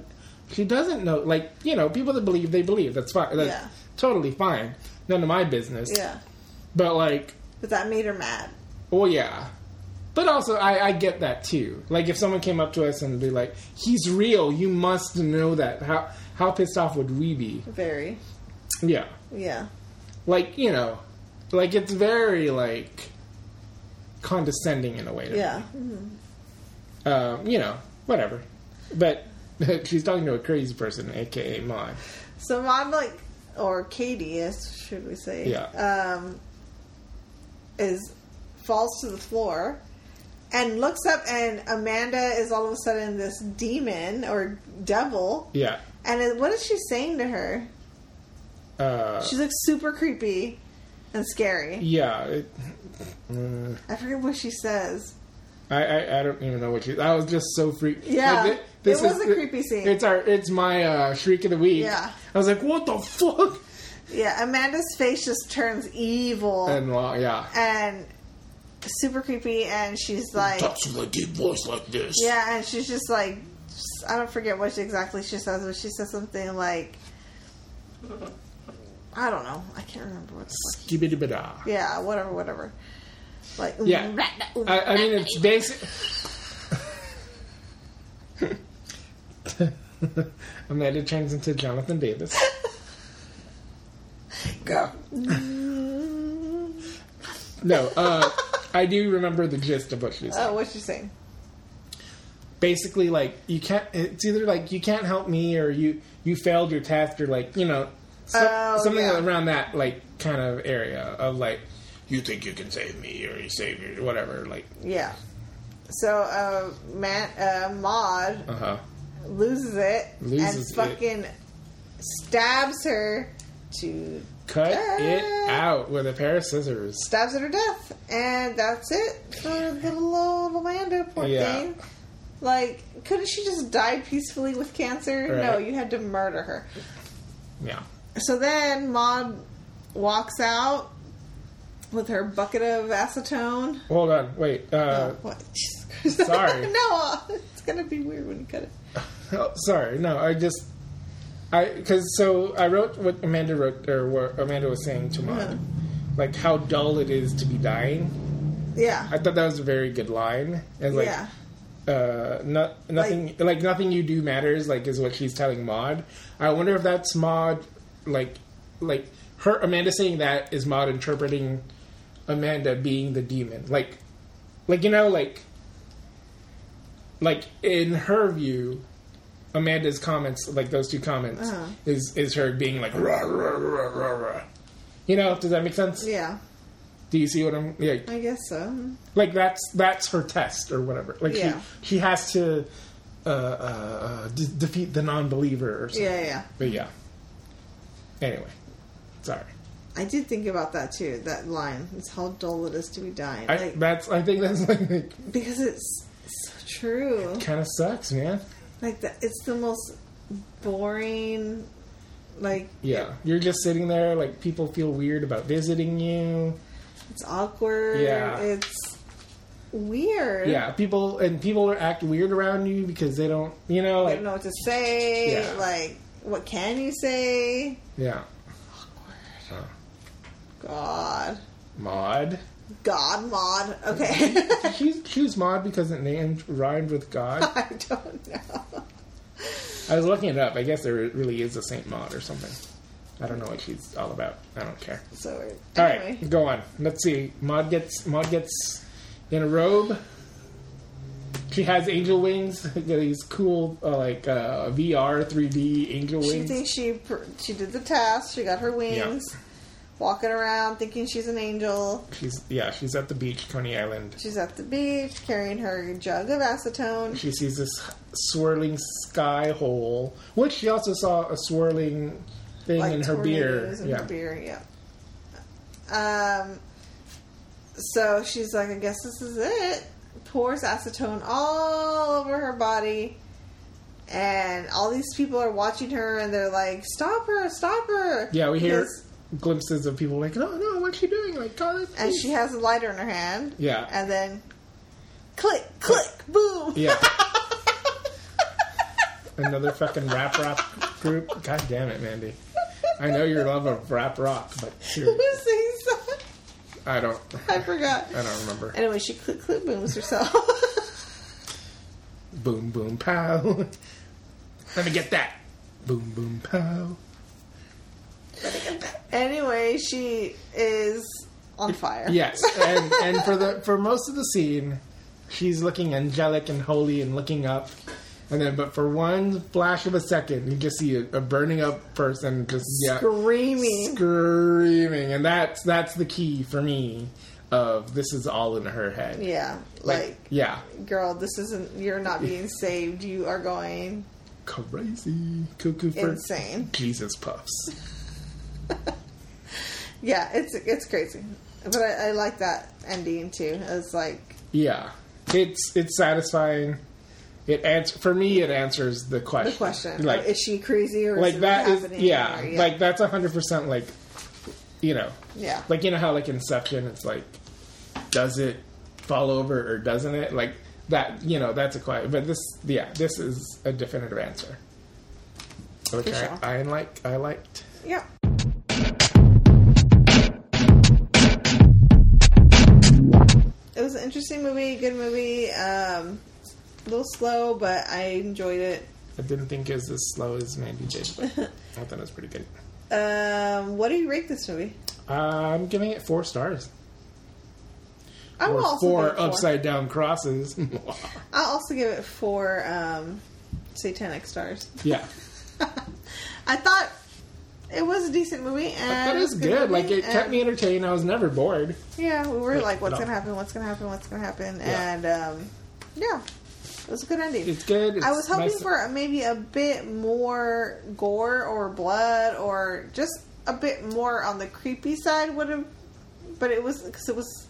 S1: she doesn't know. Like you know, people that believe they believe. That's fine. That's
S2: Yeah.
S1: totally fine. None of my business.
S2: Yeah,
S1: But like,
S2: but that made her mad.
S1: well, yeah. But also, I, I get that too. Like, if someone came up to us and be like, "He's real. You must know that." How how pissed off would we be?
S2: Very.
S1: Yeah.
S2: Yeah.
S1: Like you know, like it's very like condescending in a way. to me.
S2: Yeah.
S1: um, you know, whatever. But she's talking to a crazy person, aka Maud.
S2: So Mom, like, or Katie, as should we say?
S1: Yeah.
S2: Um, is falls to the floor and looks up, and Amanda is all of a sudden this demon or devil.
S1: Yeah.
S2: And it, what is she saying to her?
S1: Uh,
S2: She looks super creepy and scary.
S1: yeah. It, mm,
S2: I forget what she says.
S1: I, I I don't even know what she. I was just so freaked.
S2: Yeah.
S1: thi-
S2: It was a creepy scene.
S1: It's our. It's my uh, shriek of the week.
S2: Yeah.
S1: I was like, what the fuck?
S2: Yeah, Amanda's face just turns evil and,
S1: And well, yeah.
S2: super creepy, and she's like,
S1: Talks with a deep voice like this.
S2: Yeah, and she's just like, I don't forget what exactly she says, but she says something like, I don't know, I can't remember what. The fuck.
S1: Skibidi-bida.
S2: Yeah, whatever, whatever. Like,
S1: Yeah. I, I mean, it's basic. Amanda turns into Jonathan Davis.
S2: go.
S1: No, uh, I do remember the gist of what she said.
S2: Oh, what's she saying?
S1: basically like you can't. It's either like you can't help me or you you failed your test or like you know so,
S2: Oh,
S1: something
S2: yeah.
S1: around that like kind of area of like you think you can save me or you save your whatever like
S2: Yeah. So uh, Matt uh, Maud
S1: uh huh
S2: loses it
S1: Loses it.
S2: and fucking stabs her to
S1: cut it
S2: Ah.
S1: out with a pair of scissors.
S2: stabs her to death, and that's it for the little Amanda poor
S1: Yeah.
S2: thing. Like, couldn't she just die peacefully with cancer? No,
S1: Right.
S2: you had to murder her.
S1: Yeah.
S2: So then Maud walks out with her bucket of acetone.
S1: Hold on. Wait. Uh,
S2: oh, what? Jesus Christ.
S1: sorry.
S2: no, it's gonna be weird when you cut it.
S1: Oh, sorry. No, I just I because so I wrote what Amanda wrote or what Amanda was saying to Maud,
S2: Yeah.
S1: like how dull it is to be dying.
S2: Yeah.
S1: I thought that was a very good line. And like,
S2: yeah.
S1: uh, no, nothing like, nothing you do matters. Like is what she's telling Maud. I wonder if that's Maud, like like her Amanda saying that is Maud interpreting Amanda being the demon. Like like you know like like in her view. Amanda's comments, like those two comments,
S2: Uh-huh.
S1: is is her being like, rah, rah, rah, rah, rah. you know, does that make sense?
S2: Yeah.
S1: Do you see what I'm? Yeah,
S2: I guess so.
S1: like that's that's her test or whatever. Like
S2: Yeah.
S1: she she has to uh, uh, uh, de- defeat the non-believer or something.
S2: Yeah, yeah.
S1: But yeah. Anyway, sorry.
S2: I did think about that too. That line. It's how dull it is to be dying.
S1: I,
S2: like,
S1: that's I think that's like
S2: because it's so true.
S1: kind of sucks, man.
S2: Like that. It's the most boring. Like
S1: Yeah, you're just sitting there. Like people feel weird about visiting you.
S2: it's awkward.
S1: Yeah.
S2: It's weird.
S1: Yeah, people and people act weird around you because they don't, you know,
S2: I
S1: like
S2: don't know what to say.
S1: Yeah.
S2: Like, what can you say?
S1: yeah.
S2: God.
S1: Mod.
S2: God mod. Okay.
S1: She's she's mod because it named rhymed with God.
S2: I don't know.
S1: I was looking it up. I guess there really is a Saint Maud or something. I don't know what she's all about. I don't care.
S2: So weird.
S1: All right,
S2: anyway.
S1: go on. Let's see. Maud gets Maud gets in a robe. She has angel wings. These cool uh, like uh, VR 3D angel
S2: She
S1: wings.
S2: thinks she per- she did the test. She got her wings, walking around thinking she's an angel.
S1: She's yeah. She's at the beach, Coney Island.
S2: She's at the beach carrying her jug of acetone.
S1: She sees this swirling sky hole, which she also saw a swirling thing in her beer.
S2: tornadoes In
S1: yeah,
S2: her beer, yeah. Um. So she's like, I guess this is it. Pours acetone all over her body, and all these people are watching her, and they're like, "Stop her! Stop her!"
S1: yeah. We hear
S2: Because-
S1: glimpses of people like, no, no, what's she doing? Like, God,
S2: and she has a lighter in her hand.
S1: Yeah.
S2: And then click, click, boom.
S1: Yeah. Another fucking rap rock group. God damn it, Mandy. I know your love of rap rock, but
S2: Who
S1: seriously,
S2: was saying so?
S1: I don't.
S2: I forgot.
S1: I don't remember.
S2: Anyway, she click, click, booms herself.
S1: Boom boom pow. Let me get that. Boom boom pow.
S2: anyway, she is on fire.
S1: Yes, and and for the for most of the scene, she's looking angelic and holy and looking up, and then but for one flash of a second, you just see a, a burning up person just yeah,
S2: Screaming.
S1: screaming, and that's that's the key for me. Of this is all in her head.
S2: yeah.
S1: Like,
S2: Like,
S1: yeah,
S2: girl, this isn't, you're not being saved. You are going
S1: crazy cuckoo for
S2: insane.
S1: Jesus puffs.
S2: Yeah, it's it's crazy. But I, I like that ending too. It's like,
S1: Yeah, it's it's satisfying. It ans- for me. It answers the question.
S2: the question Oh,
S1: like
S2: is she crazy or
S1: like
S2: is
S1: that is
S2: happening
S1: yeah,
S2: here?
S1: like that's hundred percent like you know
S2: yeah.
S1: like you know how like Inception it's like does it fall over or doesn't it like that you know that's a question but this yeah this is a definitive answer. Which I,
S2: sure.
S1: I like I liked.
S2: Yeah. It was an interesting movie, good movie. Um, a little slow, but I enjoyed it.
S1: I didn't think it was as slow as Mandy did, but I thought it was pretty good.
S2: Um, what do you rate this movie?
S1: I'm giving it four stars.
S2: I will
S1: or
S2: also give it
S1: four
S2: four.
S1: upside down crosses.
S2: I'll also give it four um, satanic stars.
S1: yeah.
S2: I thought it was a decent movie, and
S1: That
S2: it
S1: is
S2: was a
S1: good. Like
S2: movie,
S1: it kept
S2: and-
S1: me entertained. I was never bored.
S2: Yeah, we were
S1: But
S2: like, "What's
S1: no.
S2: gonna happen? What's gonna happen? What's gonna happen?"
S1: Yeah.
S2: And um, yeah, it was a good ending.
S1: It's good.
S2: I
S1: it's
S2: was hoping
S1: nice-
S2: for maybe a bit more gore or blood or just a bit more on the creepy side would have, but it was because it was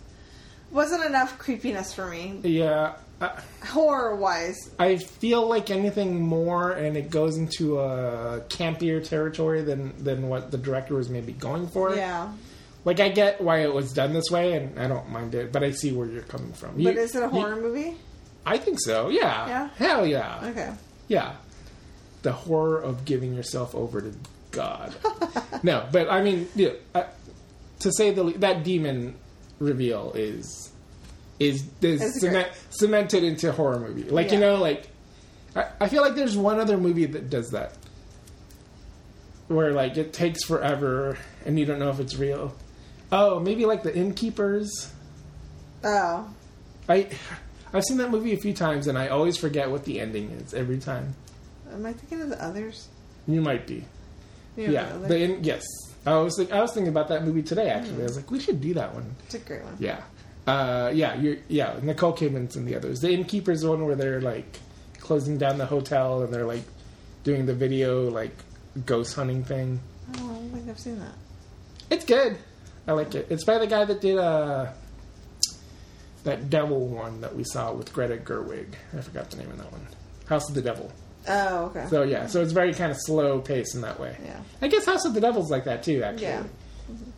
S2: wasn't enough creepiness for me
S1: Yeah. I,
S2: horror wise.
S1: I feel like anything more, and it goes into a campier territory than than what the director was maybe going for.
S2: Yeah,
S1: Like I get why it was done this way, and I don't mind it, but I see where you're coming from.
S2: but
S1: You-
S2: is it a
S1: you-
S2: horror movie?
S1: I think so. Yeah.
S2: Yeah?
S1: Hell yeah.
S2: Okay,
S1: Yeah. The horror of giving yourself over to God. no, but I mean, yeah, I, to say the le- that demon reveal is is,
S2: It's
S1: is cement, cemented into horror movie. Like you
S2: Yeah.
S1: know, like I, I feel like there's one other movie that does that, where like it takes forever and you don't know if it's real. Oh, maybe like the innkeepers.
S2: oh,
S1: I I've seen that movie a few times and I always forget what the ending is every time.
S2: am I thinking of the others?
S1: You might be.
S2: You know,
S1: Yeah.
S2: the
S1: The
S2: others?
S1: in, yes. I was think, I was thinking about that movie today actually. I was like, we should do that one.
S2: it's a great one.
S1: Yeah. Uh, yeah. You're, yeah. Nicole Kidman's and the others. The innkeepers one where they're like closing down the hotel and they're like doing the video like ghost hunting thing.
S2: Oh, I don't think I've seen that.
S1: It's good. I like it. It's by the guy that did uh that devil one that we saw with Greta Gerwig. I forgot the name of that one. House of the Devil.
S2: Oh, okay.
S1: So yeah, so it's very kind of slow pace in that way.
S2: Yeah.
S1: I guess House of the Devil's like that too, actually.
S2: Yeah.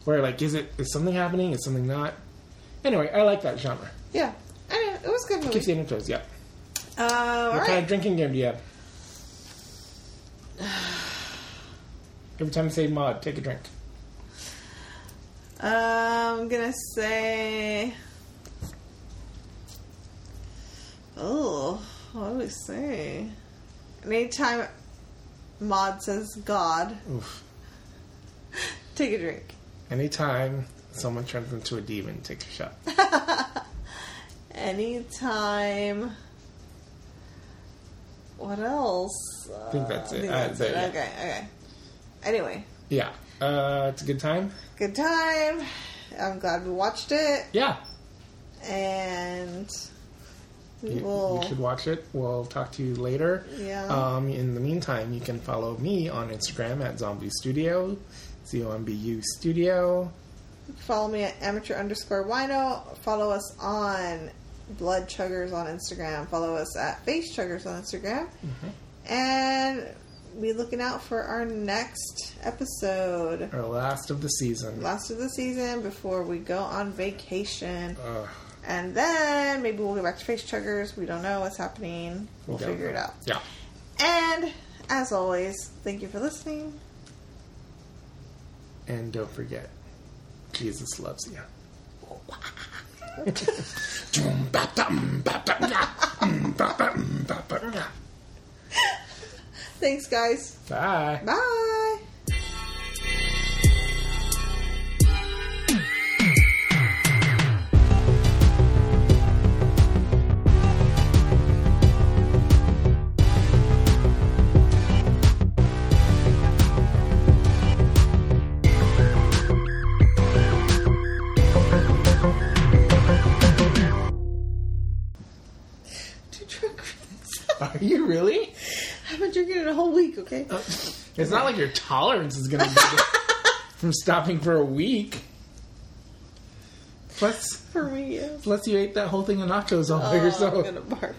S1: Where like, is it is something happening? Is something not? Anyway, I like that genre.
S2: Yeah. I don't know. It was a good
S1: Keeps
S2: movie.
S1: you on your toes. Yeah.
S2: Uh, all
S1: What kind of
S2: right.
S1: drinking game do you have? Every time you say mod, take a drink.
S2: Uh, I'm gonna say. Oh, what do we say? Anytime Maud says God,
S1: Oof.
S2: take a drink.
S1: Anytime someone turns into a demon, take a shot.
S2: Anytime. What else? I
S1: think that's it.
S2: think
S1: Uh,
S2: that's
S1: there,
S2: it.
S1: yeah.
S2: Okay, okay. Anyway,
S1: Yeah. Uh, it's a good time.
S2: good time. I'm glad we watched it.
S1: Yeah.
S2: and we
S1: You,
S2: will.
S1: you should watch it. We'll talk to you later.
S2: Yeah.
S1: Um, in the meantime, you can follow me on Instagram at Zombie Studio, Z O M B U Studio.
S2: Follow me at amateur underscore wino. Follow us on Blood Chuggers on Instagram. Follow us at Face Chuggers on Instagram.
S1: Mm-hmm.
S2: And be looking out for our next episode,
S1: Our last of the season.
S2: last of the season, before we go on vacation.
S1: Uh,
S2: And then maybe we'll go back to Face Chuggers. We don't know what's happening. We'll
S1: yeah.
S2: figure it out.
S1: Yeah.
S2: And as always, thank you for listening.
S1: And don't forget, Jesus loves you.
S2: Thanks, guys.
S1: Bye.
S2: Bye. Too drunk for this.
S1: Are you really?
S2: I've been drinking it a whole week, okay?
S1: It's not like your tolerance is going to be from stopping for a week. Plus,
S2: For me, yeah.
S1: plus you ate that whole thing of nachos all by
S2: Oh,
S1: yourself.
S2: I'm gonna barf.